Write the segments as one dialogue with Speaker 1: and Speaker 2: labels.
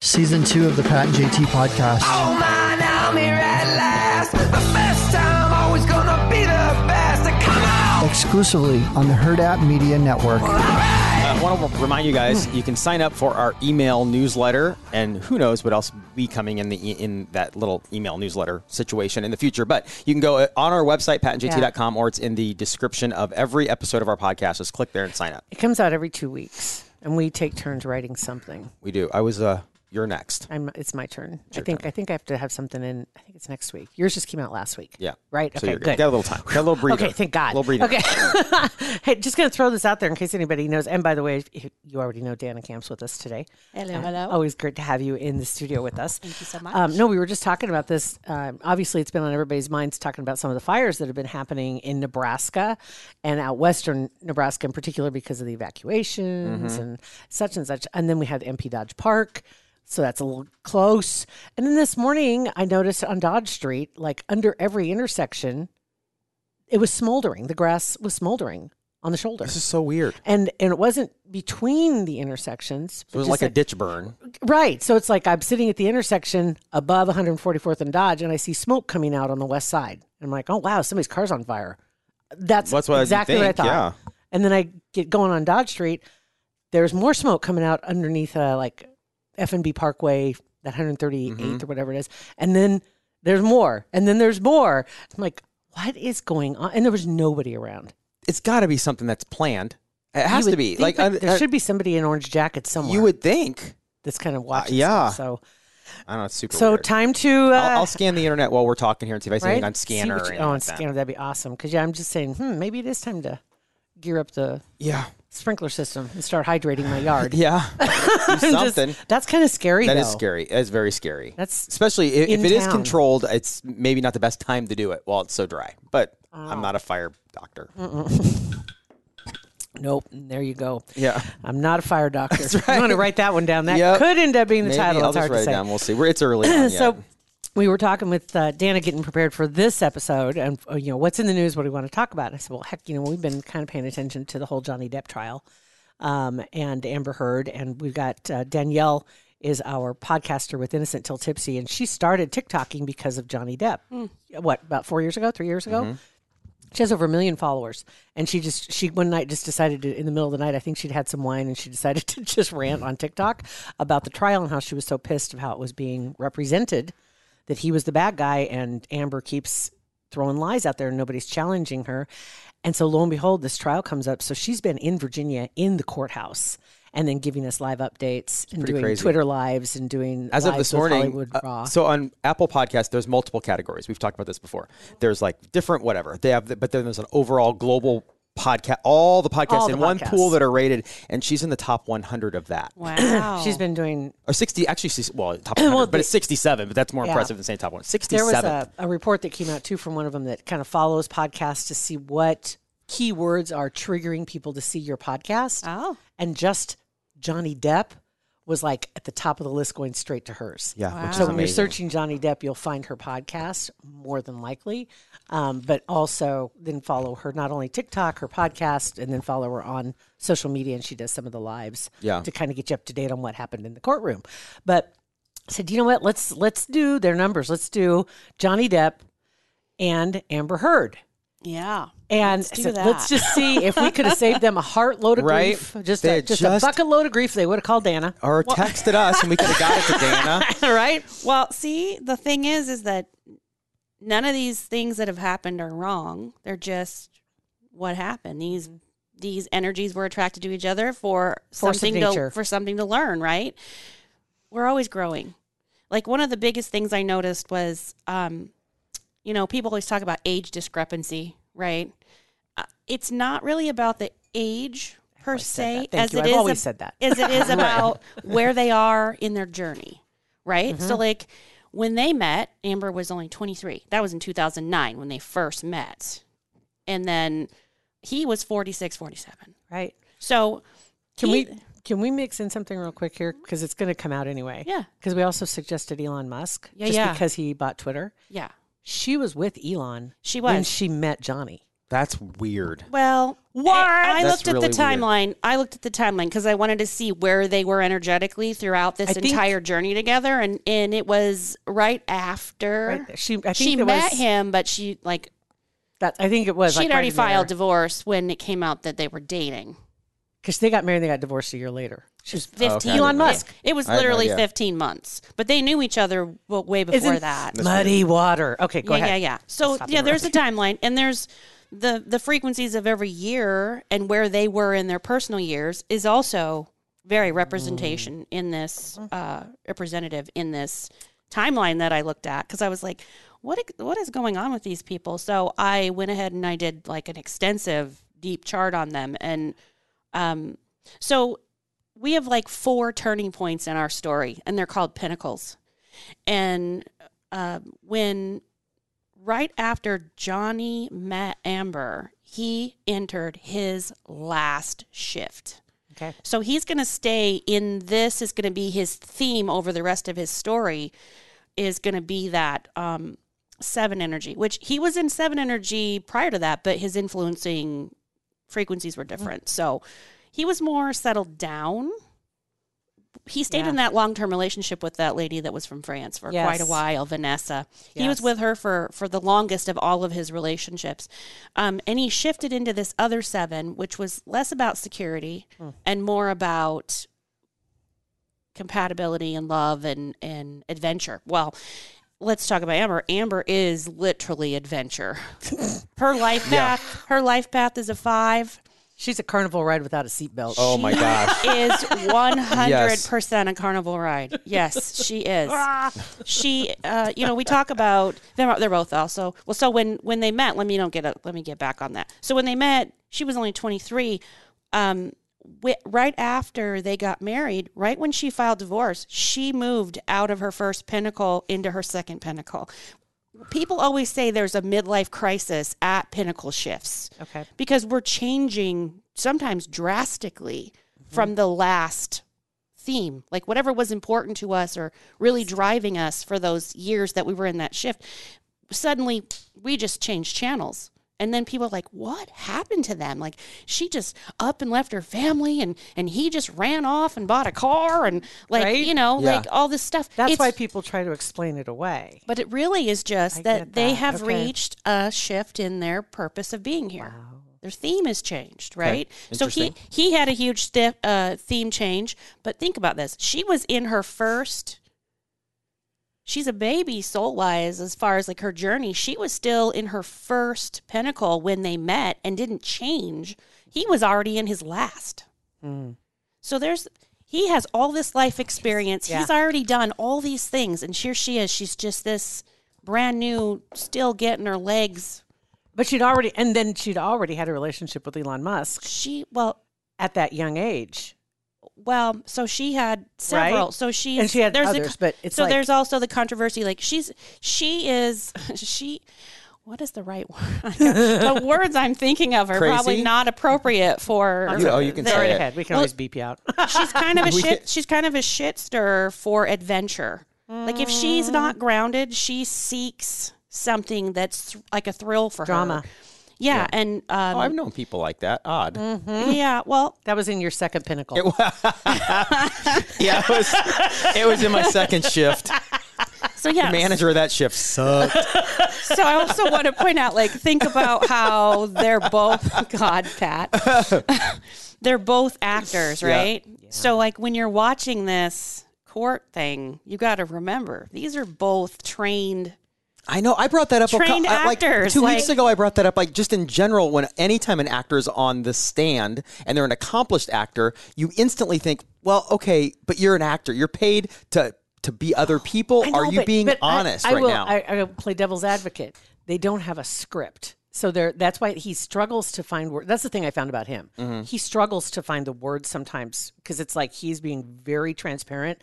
Speaker 1: Season two of the Pat and JT podcast.
Speaker 2: Oh man, I'm here at last. The best time, always gonna be the best. Come on!
Speaker 1: Exclusively on the Herd App Media Network.
Speaker 3: I want to remind you guys, you can sign up for our email newsletter, and who knows what else will be coming in the e- in that little email newsletter situation in the future. But you can go uh, on our website patentjt.com, or it's in the description of every episode of our podcast. Just click there and sign up.
Speaker 4: It comes out every two weeks, and we take turns writing something.
Speaker 3: We do. I was uh, you're next.
Speaker 4: I'm, it's my turn. I think. I think I have to have something in. I think it's next week. Yours just came out last week.
Speaker 3: Yeah.
Speaker 4: Right.
Speaker 3: So
Speaker 4: okay.
Speaker 3: you're
Speaker 4: good.
Speaker 3: Got a little time. Got a little breather.
Speaker 4: Okay. Thank God.
Speaker 3: little breather.
Speaker 4: Okay. hey, just gonna throw this out there in case anybody knows. And by the way, if you already know Dana Camp's with us today.
Speaker 5: Hello,
Speaker 4: Uh,
Speaker 5: hello.
Speaker 4: Always great to have you in the studio with us. Thank
Speaker 5: you so much.
Speaker 4: Um, no, we were just talking about this. Um, obviously, it's been on everybody's minds talking about some of the fires that have been happening in Nebraska and out western Nebraska in particular because of the evacuations
Speaker 3: Mm-hmm.
Speaker 4: and such and such. And then we had MP Dodge Park. So that's a little close. And then this morning, I noticed on Dodge Street, like under every intersection, it was smoldering. The grass was smoldering on the shoulder.
Speaker 3: This is so weird.
Speaker 4: And, and it wasn't between the intersections.
Speaker 3: It was
Speaker 4: just
Speaker 3: like a ditch burn.
Speaker 4: Right. So it's like I'm sitting at the intersection above 144th and Dodge, and I see smoke coming out on the west side. And I'm like, oh, wow, somebody's car's on fire. That's,
Speaker 3: That's what you
Speaker 4: exactly what I
Speaker 3: think,
Speaker 4: thought.
Speaker 3: yeah.
Speaker 4: And then I get going on Dodge Street. There's more smoke coming out underneath uh, like F&B Parkway, that 138th
Speaker 3: Mm-hmm.
Speaker 4: or whatever it is. And then there's more. And then there's more. I'm like, what is going on? And there was nobody around.
Speaker 3: It's got to be something that's planned. It has
Speaker 4: You would
Speaker 3: to be.
Speaker 4: think
Speaker 3: Like
Speaker 4: that
Speaker 3: uh,
Speaker 4: there
Speaker 3: uh,
Speaker 4: should be somebody in orange jacket somewhere
Speaker 3: You would think.
Speaker 4: that's kind of watching.
Speaker 3: yeah.
Speaker 4: stuff. So
Speaker 3: I don't know. It's super.
Speaker 4: so
Speaker 3: weird.
Speaker 4: time to uh,
Speaker 3: I'll, I'll scan the internet while we're talking here and see if I see anything on
Speaker 4: See
Speaker 3: scanner.
Speaker 4: what
Speaker 3: or
Speaker 4: you-
Speaker 3: anything
Speaker 4: oh, on
Speaker 3: like that.
Speaker 4: scanner, that'd be awesome. Because yeah, I'm just saying, hmm, maybe it is time to gear up the
Speaker 3: Yeah.
Speaker 4: sprinkler system and start hydrating my yard.
Speaker 3: Yeah. Do
Speaker 4: I'm just-
Speaker 3: something.
Speaker 4: that's kind of scary.
Speaker 3: That
Speaker 4: though.
Speaker 3: is scary. That's very scary.
Speaker 4: That's
Speaker 3: especially if, if
Speaker 4: in
Speaker 3: it is
Speaker 4: town.
Speaker 3: controlled. It's maybe not the best time to do it while it's so dry. But
Speaker 4: Oh.
Speaker 3: I'm not a fire doctor.
Speaker 4: Nope. There you go.
Speaker 3: Yeah.
Speaker 4: I'm not a fire doctor. I'm going to write that one down. That
Speaker 3: Yep.
Speaker 4: could end up being the
Speaker 3: Maybe
Speaker 4: title.
Speaker 3: I'll
Speaker 4: it's
Speaker 3: just
Speaker 4: hard
Speaker 3: write
Speaker 4: to
Speaker 3: it
Speaker 4: say.
Speaker 3: down. We'll see. We're, it's early. on yet.
Speaker 4: So we were talking with uh, Dana getting prepared for this episode and, uh, you know, what's in the news? What do we want to talk about? I said, well, heck, you know, we've been kind of paying attention to the whole Johnny Depp trial um, and Amber Heard. And we've got uh, Danielle is our podcaster with Innocent Till Tipsy. And she started TikToking because of Johnny Depp. What, about four years ago, three years ago? She has over a million followers, and she just she one night just decided to, in the middle of the night. I think she'd had some wine, and she decided to just rant on TikTok about the trial and how she was so pissed of how it was being represented, that he was the bad guy, and Amber keeps throwing lies out there, and nobody's challenging her. And so lo and behold, this trial comes up. So she's been in Virginia in the courthouse, and then giving us live updates and
Speaker 3: pretty
Speaker 4: doing
Speaker 3: crazy.
Speaker 4: Twitter lives and doing
Speaker 3: as of
Speaker 4: lives
Speaker 3: this
Speaker 4: with
Speaker 3: morning,
Speaker 4: Hollywood
Speaker 3: uh,
Speaker 4: Raw.
Speaker 3: so on Apple Podcasts, there's multiple categories. We've talked about this before. There's like different whatever they have, but then there's an overall global podcast. All the podcasts
Speaker 4: All the
Speaker 3: in one pool
Speaker 4: podcasts.
Speaker 3: that are rated, and she's in the top 100 of that.
Speaker 5: Wow.
Speaker 4: she's been doing
Speaker 3: or 60 actually she's- well top 100, but it's 67 but that's more
Speaker 4: Yeah.
Speaker 3: impressive than saying top 1
Speaker 4: There
Speaker 3: 67
Speaker 4: was a, a report that came out too from one of them that kind of follows podcasts to see what keywords are triggering people to see your podcast.
Speaker 5: Oh.
Speaker 4: And just Johnny Depp was like at the top of the list going straight to hers.
Speaker 3: yeah which is
Speaker 4: So when you're
Speaker 3: amazing.
Speaker 4: searching Johnny Depp, you'll find her podcast more than likely, um, but also then follow her not only TikTok, her podcast, and then follow her on social media. And she does some of the lives
Speaker 3: Yeah.
Speaker 4: to kind of get you up to date on what happened in the courtroom. But I said, you know what? Let's let's do their numbers. Let's do Johnny Depp and Amber Heard.
Speaker 5: Yeah.
Speaker 4: And
Speaker 5: Let's do
Speaker 4: so
Speaker 5: that.
Speaker 4: let's just see if we could have saved them a heart load of
Speaker 3: Right?
Speaker 4: grief, just
Speaker 3: They
Speaker 4: a,
Speaker 3: had
Speaker 4: just, a
Speaker 3: just-
Speaker 4: bucket load of grief. They would have called Dana,
Speaker 3: or texted us and we could have got it to Dana
Speaker 4: right?
Speaker 5: Well, see, the thing is, is that none of these things that have happened are wrong. They're just what happened. These these energies were attracted to each other for
Speaker 4: Force of
Speaker 5: something
Speaker 4: nature.
Speaker 5: to for something to learn. Right? We're always growing. Like one of the biggest things I noticed was, um, you know, people always talk about age discrepancy, right? Uh, It's not really about the age per
Speaker 4: said
Speaker 5: se
Speaker 4: that. Thank
Speaker 5: as
Speaker 4: you.
Speaker 5: it
Speaker 4: I've
Speaker 5: is
Speaker 4: always
Speaker 5: ab-
Speaker 4: said that.
Speaker 5: as it is about where they are in their journey, right?
Speaker 4: Mm-hmm.
Speaker 5: So like when they met, Amber was only 23. That was in 2009 when they first met. And then he was 46, 47.
Speaker 4: right?
Speaker 5: So
Speaker 4: Can
Speaker 5: he-
Speaker 4: we can we mix in something real quick here because it's going to come out anyway?
Speaker 5: Yeah.
Speaker 4: Because we also suggested Elon Musk
Speaker 5: Yeah,
Speaker 4: just
Speaker 5: yeah.
Speaker 4: because he bought Twitter.
Speaker 5: Yeah.
Speaker 4: She was with Elon.
Speaker 5: She
Speaker 4: when
Speaker 5: was.
Speaker 4: she met Johnny.
Speaker 3: That's weird.
Speaker 5: Well,
Speaker 4: What?
Speaker 5: I, I
Speaker 3: That's
Speaker 5: looked at
Speaker 3: really
Speaker 5: the
Speaker 3: weird.
Speaker 5: timeline. I looked at the timeline because I wanted to see where they were energetically throughout this
Speaker 4: I think-
Speaker 5: entire journey together, and and it was right after
Speaker 4: Right. She I think
Speaker 5: she
Speaker 4: it
Speaker 5: met
Speaker 4: was,
Speaker 5: him, but she like
Speaker 4: That I think it was.
Speaker 5: she had already filed divorce when it came out that they were dating.
Speaker 4: because they got married. and They got divorced a year later. She was
Speaker 3: Oh, okay.
Speaker 5: Fifteen.
Speaker 4: Elon Musk.
Speaker 5: It, it was
Speaker 3: I had no
Speaker 5: literally
Speaker 3: idea.
Speaker 5: fifteen months, but they knew each other w- way before
Speaker 4: Isn't-
Speaker 5: that.
Speaker 4: muddy water. Okay, go
Speaker 5: yeah,
Speaker 4: ahead.
Speaker 5: yeah, yeah. So
Speaker 4: Stop
Speaker 5: yeah,
Speaker 4: interrupting.
Speaker 5: there's a timeline, and there's the the frequencies of every year and where they were in their personal years is also very representation
Speaker 4: Mm.
Speaker 5: in this
Speaker 4: Mm-hmm.
Speaker 5: uh, representative in this timeline that I looked at because I was like, what ex- what is going on with these people? So I went ahead and I did like an extensive deep chart on them, and um, so we have like four turning points in our story, and they're called pinnacles. And um when right after Johnny met Amber, he entered his last shift.
Speaker 4: Okay.
Speaker 5: So he's going to stay in this is going to be his theme over the rest of his story is going to be that um, seven energy, which he was in seven energy prior to that, but his influencing frequencies were different. So he was more settled down. He stayed in that long term relationship with that lady that was from France for quite a
Speaker 4: Yes.
Speaker 5: while, Vanessa. He was
Speaker 4: Yes.
Speaker 5: with her for, for the longest of all of his relationships. Um, and he shifted into this other seven, which was less about security and more about compatibility and love and, and adventure. Well, let's talk about Amber. Amber is literally adventure. her life path, her life path is a five.
Speaker 4: She's a carnival ride without a seatbelt.
Speaker 3: Oh my gosh.
Speaker 5: Is one hundred percent a carnival ride. Yes, she is. she, uh, you know, we talk about they're they're both also well. So when when they met, let me don't get a, let me get back on that. So when they met, she was only twenty three. Um, wi- right after they got married, right when she filed divorce, she moved out of her first pinnacle into her second pinnacle. People always say there's a midlife crisis at pinnacle shifts
Speaker 4: Okay.
Speaker 5: because we're changing sometimes drastically from the last theme like whatever was important to us or really driving us for those years that we were in that shift suddenly we just changed channels and then people are like what happened to them like she just up and left her family and and he just ran off and bought a car and like
Speaker 4: Right?
Speaker 5: you know
Speaker 3: Yeah.
Speaker 5: like all this stuff
Speaker 4: That's
Speaker 5: It's-
Speaker 4: why people try to explain it away.
Speaker 5: but it really is just
Speaker 4: I
Speaker 5: that
Speaker 4: get
Speaker 5: they
Speaker 4: that.
Speaker 5: have
Speaker 4: Okay.
Speaker 5: reached a shift in their purpose of being here. Their theme has changed, right? So he
Speaker 3: Interesting.
Speaker 5: he had a huge th- uh, theme change. But think about this: she was in her first. She's a baby soul wise as far as like her journey. She was still in her first pinnacle when they met and didn't change. He was already in his last. So there's he has all this life experience. He's already done all these things, and here she is. She's just this brand new, still getting her legs.
Speaker 4: But she'd already, and then she'd already had a relationship with Elon Musk
Speaker 5: She well,
Speaker 4: at that young age.
Speaker 5: well. So she had several.
Speaker 4: Right.
Speaker 5: So she's
Speaker 4: And she had
Speaker 5: there's
Speaker 4: others,
Speaker 5: a,
Speaker 4: but it's
Speaker 5: so
Speaker 4: like-
Speaker 5: there's also the controversy. Like she's she is she. What is the right word? the words I'm thinking of are probably
Speaker 3: Crazy?
Speaker 5: not appropriate for.
Speaker 3: You- oh, you can
Speaker 5: the-
Speaker 3: say
Speaker 4: Go
Speaker 3: Right. it.
Speaker 4: ahead. We can always beep you out.
Speaker 5: she's kind of a
Speaker 3: We
Speaker 5: shit.
Speaker 3: get-
Speaker 5: She's kind of a shit stirrer for adventure. Like if she's
Speaker 4: Mm.
Speaker 5: not grounded, she seeks something that's th- like a thrill for
Speaker 4: Drama.
Speaker 5: her. Yeah, and um,
Speaker 3: Oh, I've known people like that. Odd.
Speaker 4: Mm.
Speaker 5: yeah, well,
Speaker 4: that was in your second pinnacle.
Speaker 3: Yeah, it was, it was in my second shift.
Speaker 5: so yeah,
Speaker 3: Manager of that shift sucked.
Speaker 5: so I also want to point out, like, think about how they're both God, Pat. they're both actors,
Speaker 3: Yeah.
Speaker 5: right? So, like, when you're watching this court thing, you got to remember these are both trained
Speaker 3: I know. I brought that up.
Speaker 5: Trained
Speaker 3: a couple, like
Speaker 5: actors,
Speaker 3: two weeks
Speaker 5: like-
Speaker 3: ago. I brought that up. Like just in general, when anytime an actor's on the stand and they're an accomplished actor, you instantly think, well, okay, but you're an actor. You're paid to to be other people.
Speaker 4: I know,
Speaker 3: Are you
Speaker 4: but-
Speaker 3: being
Speaker 4: but I-
Speaker 3: honest
Speaker 4: I,
Speaker 3: right
Speaker 4: will,
Speaker 3: now?
Speaker 4: I, I will play devil's advocate. They don't have a script. So there, that's why he struggles to find words. That's the thing I found about him.
Speaker 3: Mm-hmm.
Speaker 4: He struggles to find the words sometimes because it's like he's being very transparent.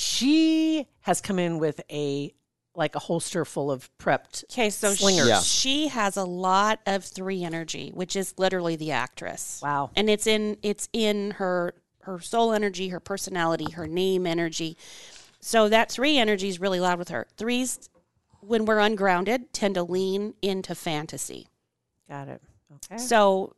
Speaker 4: She has come in with a like a holster full of prepped.
Speaker 5: Okay, so
Speaker 4: slingers.
Speaker 5: She,
Speaker 3: Yeah.
Speaker 5: she has a lot of three energy, which is literally the actress.
Speaker 4: Wow.
Speaker 5: And it's in it's in her her soul energy, her personality, her name energy. So that three energy is really loud with her. Threes when we're ungrounded tend to lean into fantasy.
Speaker 4: Got it. Okay.
Speaker 5: So,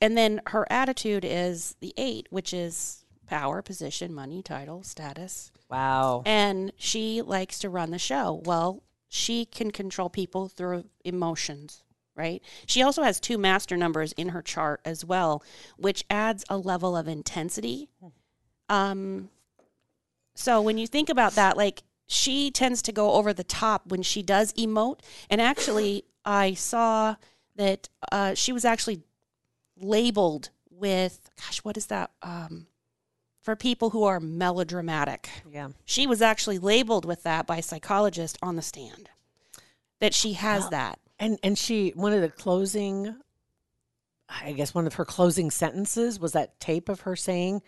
Speaker 5: and then her attitude is the eight, which is power, position, money, title, status.
Speaker 4: Wow.
Speaker 5: And she likes to run the show. Well, she can control people through emotions, right? She also has two master numbers in her chart as well, which adds a level of intensity. Um, so when you think about that, like she tends to go over the top when she does emote. And actually, I saw that uh, she was actually labeled with, gosh, what is that? Um, for people who are melodramatic.
Speaker 4: Yeah.
Speaker 5: She was actually labeled with that by a psychologist on the stand that she has that.
Speaker 4: And and she one of the closing I guess one of her closing sentences was that tape of her saying,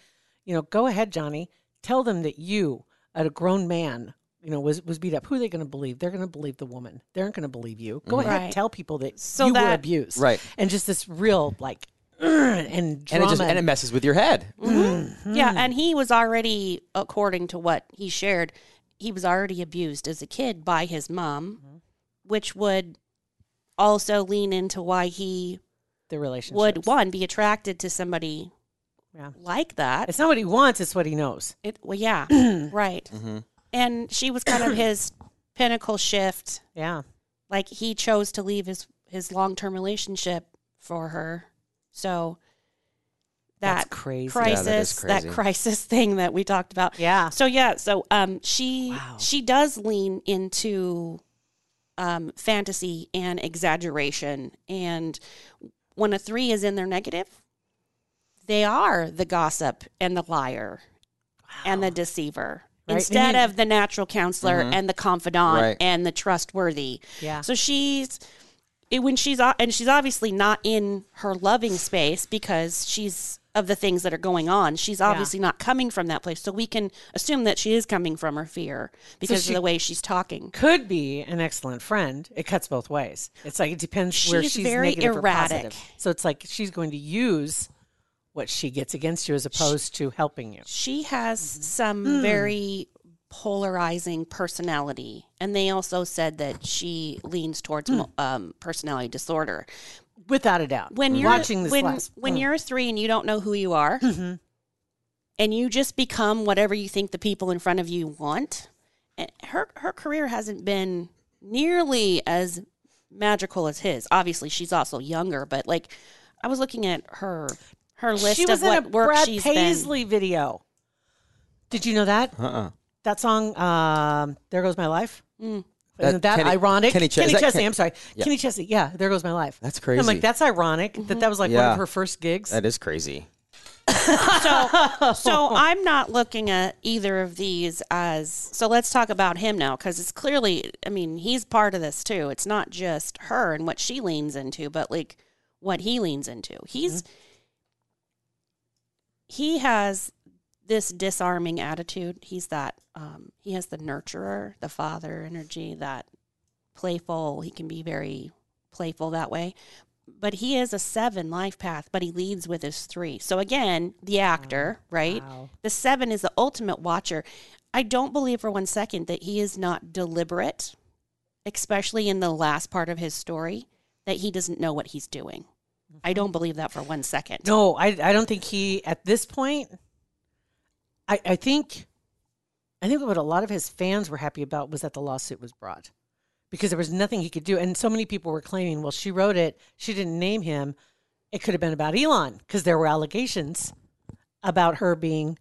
Speaker 4: you know, go ahead, Johnny, tell them that you, a grown man, you know, was was beat up. Who are they going to believe? They're going to believe the woman. They aren't going to believe you. Go ahead,
Speaker 5: Mm-hmm. Right.
Speaker 4: tell people that
Speaker 5: So
Speaker 4: you were
Speaker 5: that-
Speaker 4: abused.
Speaker 3: Right.
Speaker 4: And just this real like and drama.
Speaker 3: and it just and it messes with your head.
Speaker 4: Mm-hmm.
Speaker 5: Mm-hmm. Yeah, and he was already, according to what he shared, he was already abused as a kid by his mom,
Speaker 4: Mm-hmm.
Speaker 5: which would also lean into why he
Speaker 4: the relationship.
Speaker 5: would one be attracted to somebody
Speaker 4: Yeah.
Speaker 5: like that.
Speaker 4: It's not what he wants, it's what he knows.
Speaker 5: It, well, yeah, right. And she was kind of his pinnacle shift.
Speaker 4: Yeah.
Speaker 5: like he chose to leave his his long term relationship for her. So
Speaker 4: That's
Speaker 5: that
Speaker 4: crazy.
Speaker 3: Yeah, that is
Speaker 5: crisis, that,
Speaker 3: crazy.
Speaker 5: crisis thing that we talked about.
Speaker 4: Yeah.
Speaker 5: So yeah, so um, she
Speaker 4: Wow.
Speaker 5: she does lean into um, fantasy and exaggeration, and when a three is in their negative, they are the gossip and the liar and the deceiver.
Speaker 4: Right, they
Speaker 5: Instead
Speaker 4: need-
Speaker 5: of the natural counselor and the confidant
Speaker 3: Mm-hmm. Right.
Speaker 5: and the trustworthy,
Speaker 4: Yeah.
Speaker 5: so she's it, when she's o- and she's obviously not in her loving space because she's of the things that are going on. She's obviously not coming from that place. So we can assume that she is coming from her fear because
Speaker 4: she-
Speaker 5: of the way she's talking.
Speaker 4: could be an excellent friend. It cuts both ways. It's like it depends where
Speaker 5: She's
Speaker 4: she's
Speaker 5: very
Speaker 4: negative or
Speaker 5: erratic.
Speaker 4: positive. So it's like she's going to use what she gets against you as opposed to helping you.
Speaker 5: She has
Speaker 4: Mm-hmm.
Speaker 5: some
Speaker 4: Hmm.
Speaker 5: very polarizing personality, and they also said that she leans towards
Speaker 4: Hmm.
Speaker 5: mo- um, personality disorder.
Speaker 4: Without a doubt.
Speaker 5: when you're
Speaker 4: watching this
Speaker 5: when,
Speaker 4: last-
Speaker 5: when
Speaker 4: Mm. Mm-hmm.
Speaker 5: you're a three and you don't know who you are and you just become whatever you think the people in front of you want and her her career hasn't been nearly as magical as his obviously she's also younger but like i was looking at her her list
Speaker 4: she was in
Speaker 5: of what
Speaker 4: a
Speaker 5: work
Speaker 4: Brad
Speaker 5: she's been
Speaker 4: Paisley video. Did you know that?
Speaker 3: Uh-uh.
Speaker 4: That song, um, There Goes My Life?
Speaker 5: Mm.
Speaker 4: Isn't
Speaker 3: That
Speaker 4: that
Speaker 3: Kenny-
Speaker 4: ironic?
Speaker 3: Kenny Ches- is that
Speaker 4: Chesney,
Speaker 3: Ken-
Speaker 4: I'm sorry.
Speaker 3: Yeah.
Speaker 4: Kenny Chesney, yeah, There Goes My Life.
Speaker 3: That's
Speaker 4: And I'm
Speaker 3: crazy.
Speaker 4: like, that's ironic
Speaker 5: Mm-hmm.
Speaker 4: that that was like one
Speaker 3: Yeah.
Speaker 4: of her first gigs.
Speaker 3: That is crazy.
Speaker 5: so i'm not looking at either of these as so let's talk about him now because it's clearly i mean he's part of this too it's not just her and what she leans into but like what he leans into he's he has this disarming attitude he's that um, he has the nurturer the father energy that playful he can be very playful that way but he is a seven life path but he leads with his three so again the actor right
Speaker 4: Wow.
Speaker 5: the seven is the ultimate watcher i don't believe for one second that he is not deliberate especially in the last part of his story that he doesn't know what he's doing i don't believe that for one second
Speaker 4: Mm-hmm. No, I I don't think he at this point. I I think, I think what a lot of his fans were happy about was that the lawsuit was brought, because there was nothing he could do, and so many people were claiming, well, she wrote it, she didn't name him, it could have been about Elon, because there were allegations about her being,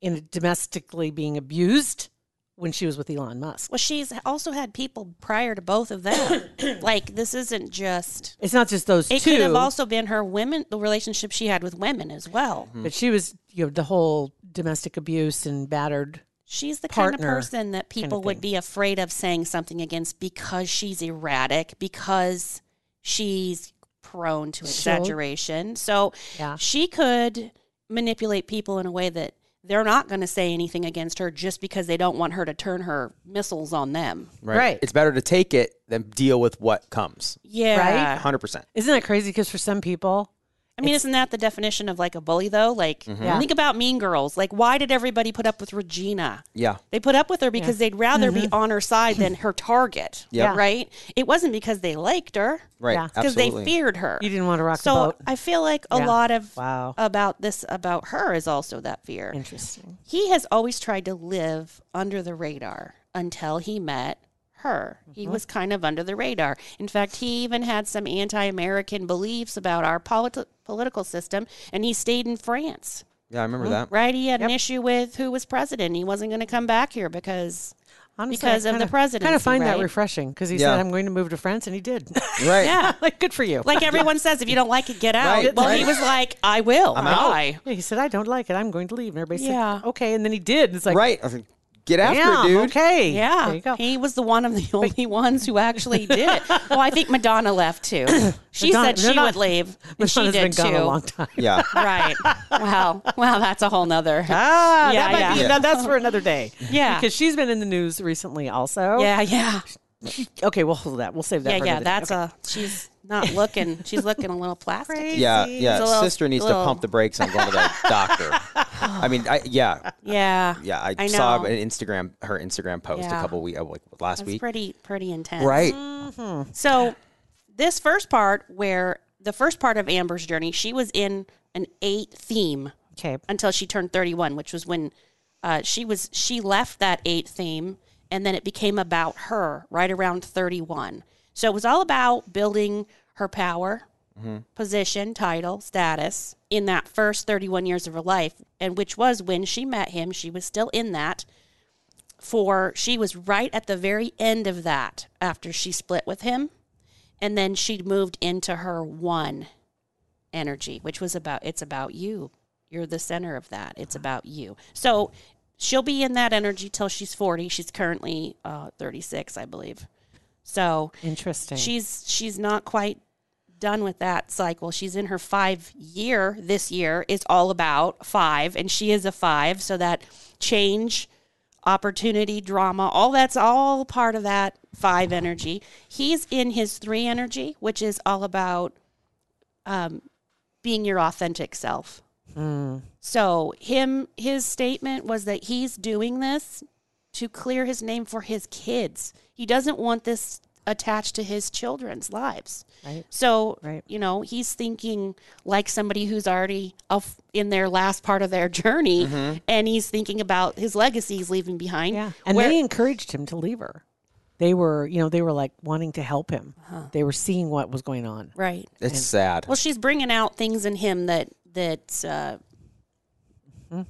Speaker 4: in domestically being abused when she was with Elon Musk.
Speaker 5: Well, she's also had people prior to both of them. like this isn't just.
Speaker 4: It's not just those
Speaker 5: It
Speaker 4: two.
Speaker 5: could have also been her women, the relationship she had with women as well.
Speaker 4: but she was, you know, the whole domestic abuse and battered.
Speaker 5: She's the kind
Speaker 4: Partner
Speaker 5: of person that people
Speaker 4: thing.
Speaker 5: would be afraid of saying something against because she's erratic, because she's prone to exaggeration. So
Speaker 4: Yeah.
Speaker 5: she could manipulate people in a way that they're not going to say anything against her just because they don't want her to turn her missiles on them.
Speaker 4: Right.
Speaker 3: It's better to take it than deal with what comes.
Speaker 5: Yeah.
Speaker 4: Right?
Speaker 3: 100%.
Speaker 4: Isn't that crazy? Because for some people,
Speaker 5: I mean, isn't that the definition of like a bully though? Like,
Speaker 3: Mm-hmm.
Speaker 4: Yeah.
Speaker 5: think about Mean Girls. Like, why did everybody put up with Regina?
Speaker 3: Yeah.
Speaker 5: They put up with her because they'd rather
Speaker 4: Mm-hmm.
Speaker 5: be on her side than her target.
Speaker 3: Yeah.
Speaker 5: Right? It wasn't because they liked her.
Speaker 3: Right.
Speaker 4: Yeah.
Speaker 5: Because they
Speaker 3: Absolutely.
Speaker 5: feared her.
Speaker 4: you didn't want to rock the
Speaker 5: so
Speaker 4: boat.
Speaker 5: I feel like a
Speaker 4: Yeah.
Speaker 5: lot of
Speaker 4: Wow.
Speaker 5: about this about her is also that fear.
Speaker 4: Interesting.
Speaker 5: He has always tried to live under the radar until he met her. He was kind of under the radar. In fact, he even had some anti American beliefs about our politi- political system, and he stayed in France,
Speaker 3: Yeah, I remember that.
Speaker 5: right? He had an issue with who was president. He wasn't going to come back here because,
Speaker 4: Honestly,
Speaker 5: because of the presidency.
Speaker 4: Kind of find that
Speaker 5: right?
Speaker 4: refreshing because he
Speaker 3: Yeah.
Speaker 4: said, "I'm going to move to France," and he did.
Speaker 3: Right.
Speaker 5: Yeah.
Speaker 4: like, good for you.
Speaker 5: Like everyone says, if you don't like it, get out.
Speaker 3: Right,
Speaker 5: well,
Speaker 3: right.
Speaker 5: he was like, I will.
Speaker 3: I'm out.
Speaker 5: Bye.
Speaker 4: Yeah, he said, "I don't like it. I'm going to leave." And everybody
Speaker 5: Yeah.
Speaker 4: said, "Okay," and then he did. And it's like,
Speaker 3: Right. I was like, Get after
Speaker 4: "Damn,
Speaker 3: it, dude.
Speaker 4: okay,
Speaker 5: Yeah,
Speaker 4: there you go.
Speaker 5: he was the one of the only ones who actually did. it. Well, I think Madonna left too. She
Speaker 4: Madonna-
Speaker 5: said she
Speaker 4: Madonna-
Speaker 5: would leave, but she
Speaker 4: Madonna's
Speaker 5: did
Speaker 4: been
Speaker 5: too.
Speaker 4: gone a long time.
Speaker 3: Yeah.
Speaker 5: Right? Wow. Wow. That's a whole nother.
Speaker 4: Ah,
Speaker 5: Yeah,
Speaker 4: that might
Speaker 5: yeah.
Speaker 4: be
Speaker 5: Yeah.
Speaker 4: another, that's for another day.
Speaker 5: Yeah.
Speaker 4: because she's been in the news recently, also.
Speaker 5: Yeah. Yeah.
Speaker 4: Okay, we'll hold that. We'll save that.
Speaker 5: Yeah.
Speaker 4: for
Speaker 5: Yeah.
Speaker 4: another day.
Speaker 5: That's uh, a. She's not looking. She's looking a little plastic.
Speaker 3: Yeah, yeah.
Speaker 5: It's a little-
Speaker 3: Sister needs
Speaker 5: little-
Speaker 3: to pump the brakes on going to the doctor. I mean, I, yeah,
Speaker 5: Yeah.
Speaker 3: yeah. I,
Speaker 5: I
Speaker 3: saw
Speaker 5: know.
Speaker 3: an Instagram, her Instagram post
Speaker 5: Yeah.
Speaker 3: a couple weeks, like last
Speaker 5: That's
Speaker 3: week.
Speaker 5: pretty pretty intense.
Speaker 3: Right.
Speaker 5: So, this first part, where the first part of Amber's journey, she was in an eight theme
Speaker 4: Okay.
Speaker 5: until she turned 31, which was when uh, she was she left that eight theme, and then it became about her right around 31. So it was all about building her power, position, title, status in that first 31 years of her life, and which was when she met him. She was still in that. For she was right at the very end of that after she split with him, and then she moved into her one energy, which was about it's about you. You're the center of that. It's about you. So she'll be in that energy till she's 40. She's currently uh, 36, I believe. So
Speaker 4: Interesting.
Speaker 5: she's she's not quite done with that cycle. She's in her five year. This year is all about five, and she is a five. So that change, opportunity, drama, all that's all part of that five energy. He's in his three energy, which is all about um, being your authentic self. So him his statement was that he's doing this to clear his name for his kids. He doesn't want this attached to his children's lives.
Speaker 4: Right.
Speaker 5: So,
Speaker 4: Right.
Speaker 5: you know, he's thinking like somebody who's already of in their last part of their journey and he's thinking about his legacy he's leaving behind.
Speaker 4: Mm-hmm. Yeah. And
Speaker 5: Where-
Speaker 4: they encouraged him to leave her. They were, you know, they were like wanting to help him. They were seeing what was going on.
Speaker 5: right.
Speaker 3: It's sad.
Speaker 5: Well, she's bringing out things in him that that uh,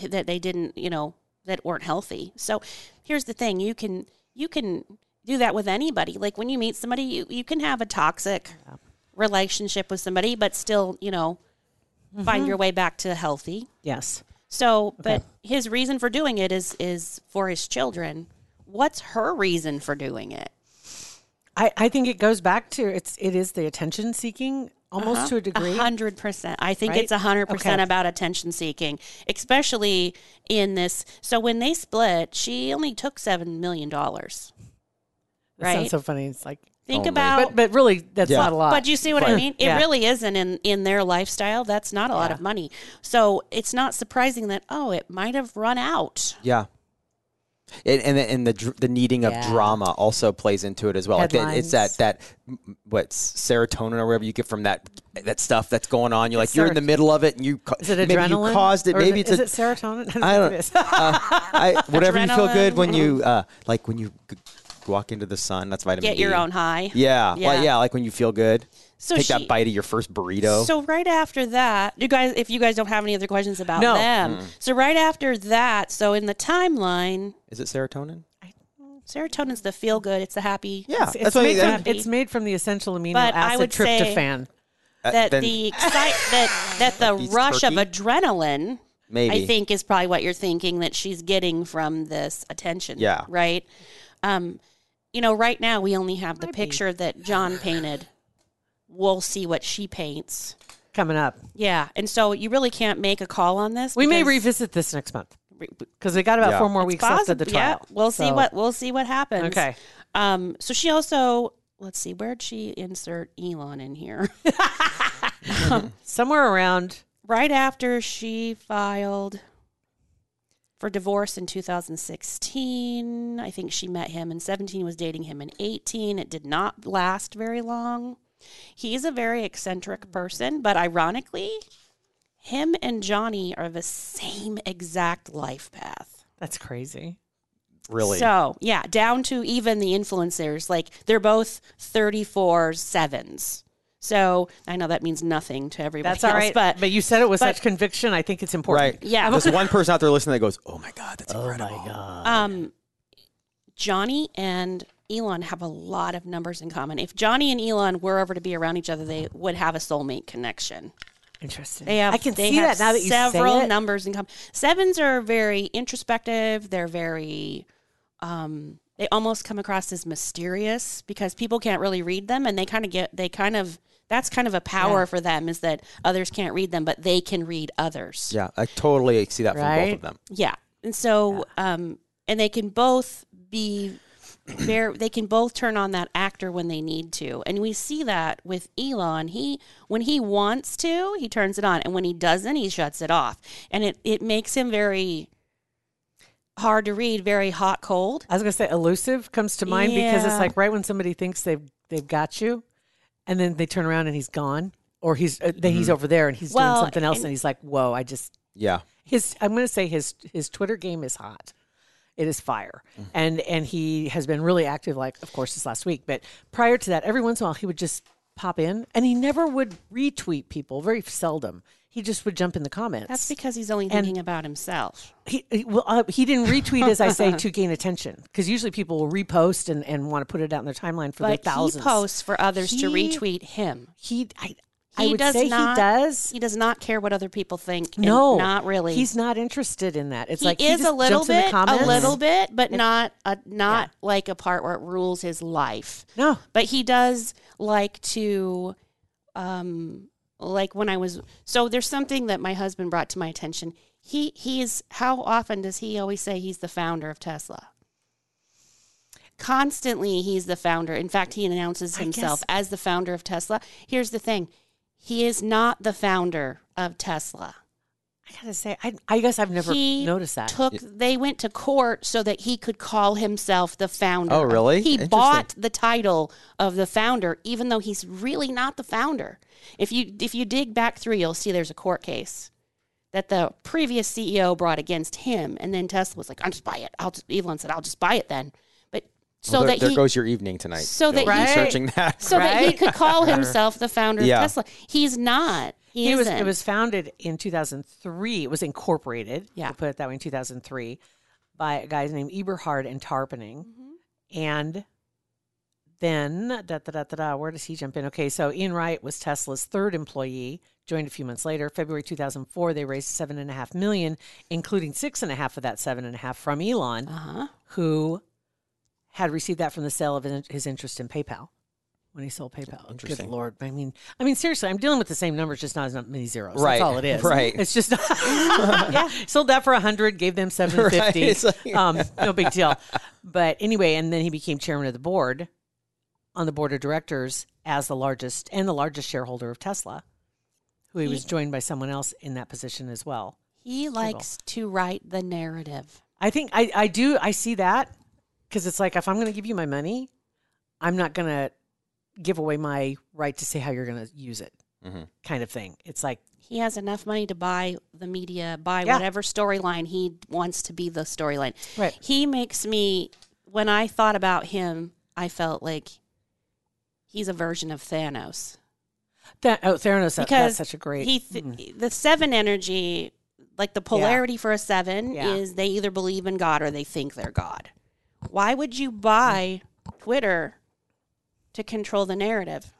Speaker 5: that they didn't, you know, that weren't healthy. So here's the thing: you can you can do that with anybody. Like when you meet somebody, you, you can have a toxic relationship with somebody, but still, you know, find your way back to healthy.
Speaker 4: Yes.
Speaker 5: So, but his reason for doing it is is for his children. What's her reason for doing it?
Speaker 4: I, I think it goes back to it's it is the attention seeking almost to a degree.
Speaker 5: Uh-huh. hundred percent. I think
Speaker 4: Right?
Speaker 5: it's hundred percent
Speaker 4: Okay.
Speaker 5: about attention seeking, especially in this. So when they split, she only took seven million dollars.
Speaker 4: That sounds
Speaker 5: right.
Speaker 4: so funny. It's like
Speaker 5: Think
Speaker 3: Only.
Speaker 5: about,
Speaker 4: but but really that's
Speaker 3: Yeah.
Speaker 4: not a lot.
Speaker 5: but you see what I
Speaker 3: Right.
Speaker 5: mean? It
Speaker 4: Yeah.
Speaker 5: really isn't in in their lifestyle. That's not a lot of money. So it's not surprising that oh, it might have run out.
Speaker 3: Yeah. And and the, and the dr- the needing of
Speaker 4: Yeah.
Speaker 3: drama also plays into it as well. Like that, it's that
Speaker 4: Headlines.
Speaker 3: that mm, what serotonin or whatever you get from that that stuff that's going on. You're like you're in
Speaker 4: ser-
Speaker 3: the middle of it and you ca-
Speaker 4: is it
Speaker 3: maybe
Speaker 4: adrenaline?
Speaker 3: you caused it.
Speaker 4: Or is
Speaker 3: Maybe
Speaker 4: is
Speaker 3: it's a,
Speaker 4: it serotonin?
Speaker 3: I
Speaker 4: think
Speaker 3: don't-
Speaker 4: it is.
Speaker 3: I, whatever you feel good when
Speaker 5: Adrenaline.
Speaker 3: you uh, like when you g- walk into the sun. That's vitamin. E.
Speaker 5: Get
Speaker 3: D.
Speaker 5: your own high.
Speaker 3: Yeah,
Speaker 5: Yeah.
Speaker 3: Well, yeah, like when you feel good.
Speaker 5: So
Speaker 3: take
Speaker 5: she-
Speaker 3: that bite of your first burrito.
Speaker 5: So right after that, you guys, if you guys don't have any other questions about
Speaker 4: No.
Speaker 5: them, so right after that, so in the timeline,
Speaker 3: Is it serotonin?
Speaker 5: serotonin's the feel good, it's the happy.
Speaker 3: Yeah,
Speaker 4: It's,
Speaker 3: that's what
Speaker 4: made
Speaker 3: I-
Speaker 4: from, it's made from the essential amino
Speaker 5: But I
Speaker 4: acid
Speaker 5: would say-
Speaker 4: tryptophan.
Speaker 3: uh,
Speaker 5: that
Speaker 3: then
Speaker 5: the excite that that the
Speaker 3: Beats
Speaker 5: rush of
Speaker 3: turkey?
Speaker 5: adrenaline
Speaker 3: maybe
Speaker 5: I think is probably what you're thinking that she's getting from this attention.
Speaker 3: Yeah.
Speaker 5: Right. Um, you know, right now we only have the picture that John painted. We'll see what she paints.
Speaker 4: coming up.
Speaker 5: Yeah, and so you really can't make a call on this.
Speaker 4: We may
Speaker 5: because-
Speaker 4: revisit this next month because we got about four more weeks left of the
Speaker 5: Possib- yeah,
Speaker 4: trial.
Speaker 5: we'll see
Speaker 4: So-
Speaker 5: what we'll see what happens.
Speaker 4: Okay.
Speaker 5: Um. So she also let's see where'd she insert Elon in here?
Speaker 4: somewhere around.
Speaker 5: right after she filed for divorce in 2016. I think she met him in 17, was dating him in 18. It did not last very long. He's a very eccentric person, but ironically, him and Johnny are the same exact life path.
Speaker 4: That's crazy.
Speaker 3: Really?
Speaker 5: So, yeah, down to even the influencers. Like, they're both 34s, sevens. So, I know that means nothing to everybody
Speaker 4: That's all
Speaker 5: else,
Speaker 4: right.
Speaker 5: but,
Speaker 4: But, you said it with
Speaker 5: but-
Speaker 4: such conviction. I think it's important.
Speaker 3: Right.
Speaker 5: Yeah.
Speaker 3: There's one person out there listening that goes, "Oh my god, that's incredible."
Speaker 5: um, Johnny and Elon have a lot of numbers in common. If Johnny and Elon were ever to be around each other, they would have a soulmate connection.
Speaker 4: Interesting.
Speaker 5: They have,
Speaker 4: I can
Speaker 5: they
Speaker 4: see
Speaker 5: have
Speaker 4: that now that you
Speaker 5: several
Speaker 4: say it.
Speaker 5: numbers in common. Sevens are very introspective. They're very, um, they almost come across as mysterious because people can't really read them, and they kind of get, they kind of, that's kind of a power for them is that others can't read them, but they can read others.
Speaker 3: Yeah, I totally see that from both
Speaker 4: Right?
Speaker 3: of them.
Speaker 5: Yeah. And so, um, and they can both be very, they can both turn on that actor when they need to. And we see that with Elon. He, when he wants to, he turns it on. And when he doesn't, he shuts it off. And it, it makes him very hard to read, very hot, cold.
Speaker 4: I was gonna say elusive comes to mind because
Speaker 5: Yeah.
Speaker 4: it's like right when somebody thinks they've they've got you, and then they turn around and he's gone, or he's uh, then he's over there and he's
Speaker 5: Well,
Speaker 4: doing something else,
Speaker 5: and-
Speaker 4: and he's like, "Whoa, I just
Speaker 3: Yeah.
Speaker 4: his I'm going to say his his Twitter game is hot. It is fire, and and he has been really active. Like of course this last week, but prior to that, every once in a while he would just pop in, and he never would retweet people. Very seldom. He just would jump in the comments.
Speaker 5: That's because he's only thinking about himself.
Speaker 4: he, he- well, uh, he didn't retweet as I say to gain attention because usually people will repost and, and want to put it out in their timeline for
Speaker 5: But
Speaker 4: their
Speaker 5: he
Speaker 4: thousands.
Speaker 5: posts for others to
Speaker 4: He-
Speaker 5: retweet him.
Speaker 4: He I, I
Speaker 5: He
Speaker 4: would
Speaker 5: does
Speaker 4: say
Speaker 5: not-
Speaker 4: he does.
Speaker 5: He does not care what other people think. and
Speaker 4: no,
Speaker 5: not really.
Speaker 4: He's not interested in that. It's
Speaker 5: he
Speaker 4: like
Speaker 5: is
Speaker 4: just
Speaker 5: a little
Speaker 4: jumps in the
Speaker 5: bit, a
Speaker 4: comments.
Speaker 5: little bit, but not a, not like a part where it rules his life.
Speaker 4: No,
Speaker 5: But he does like to, um, like when I was so there's something that my husband brought to my attention. He he's how often does he always say he's the founder of Tesla? Constantly, he's the founder. In fact, he announces himself as the founder of Tesla. Here's the thing: he is not the founder of Tesla.
Speaker 4: I gotta say, I, I guess I've never
Speaker 5: he
Speaker 4: noticed that.
Speaker 5: Took they went to court so that he could call himself the founder.
Speaker 3: Oh, really?
Speaker 5: He
Speaker 3: Interesting.
Speaker 5: bought the title of the founder, even though he's really not the founder. If you if you dig back through, you'll see there's a court case that the previous CEO brought against him, and then Tesla was like, "I'll just buy it." I'll just, Elon said, "I'll just buy it then," but so
Speaker 3: Well, there,
Speaker 5: that
Speaker 3: there
Speaker 5: he
Speaker 3: goes your evening tonight.
Speaker 5: so that
Speaker 3: You'll be
Speaker 5: he-
Speaker 3: searching that.
Speaker 5: so that he
Speaker 4: right?
Speaker 5: could call himself the founder
Speaker 3: Yeah.
Speaker 5: of Tesla. He's not. He,
Speaker 4: It was
Speaker 5: isn't.
Speaker 4: it was founded in 2003. It was incorporated.
Speaker 5: Yeah.
Speaker 4: to put it that way in 2003 by a guy named Eberhard and Tarpening,
Speaker 5: Mm-hmm.
Speaker 4: and then da, da, da, da, da, where does he jump in? Okay, so Ian Wright was Tesla's third employee. Joined a few months later, February 2004. They raised seven and a half million, including six and a half of that seven and a half from Elon,
Speaker 5: uh-huh.
Speaker 4: who had received that from the sale of his- his interest in PayPal when he sold PayPal. Good lord! I mean, I mean, seriously, I'm dealing with the same numbers, just not as many zeros.
Speaker 3: Right,
Speaker 4: That's all it is.
Speaker 3: right.
Speaker 4: It's just yeah. Sold that for a hundred, gave them seven fifty.
Speaker 3: It's like-
Speaker 4: um, no big deal. But anyway, and then he became chairman of the board, on the board of directors as the largest and the largest shareholder of Tesla, who he
Speaker 5: He-
Speaker 4: was joined by someone else in that position as well.
Speaker 5: He likes to write the narrative.
Speaker 4: I think I, I do I see that because it's like if I'm going to give you my money, I'm not going to give away my right to say how you're going to use it, kind of thing. It's like
Speaker 5: He has enough money to buy the media, buy
Speaker 4: Yeah.
Speaker 5: whatever storyline he wants to be the storyline.
Speaker 4: Right.
Speaker 5: He makes me when I thought about him, I felt like he's a version of Thanos.
Speaker 4: that. Oh, Theranos, that- that's such a great. Mm.
Speaker 5: he th- the seven energy, like the polarity for a seven
Speaker 4: Yeah.
Speaker 5: is they either believe in God or they think they're God. Why would you buy Twitter to control the narrative?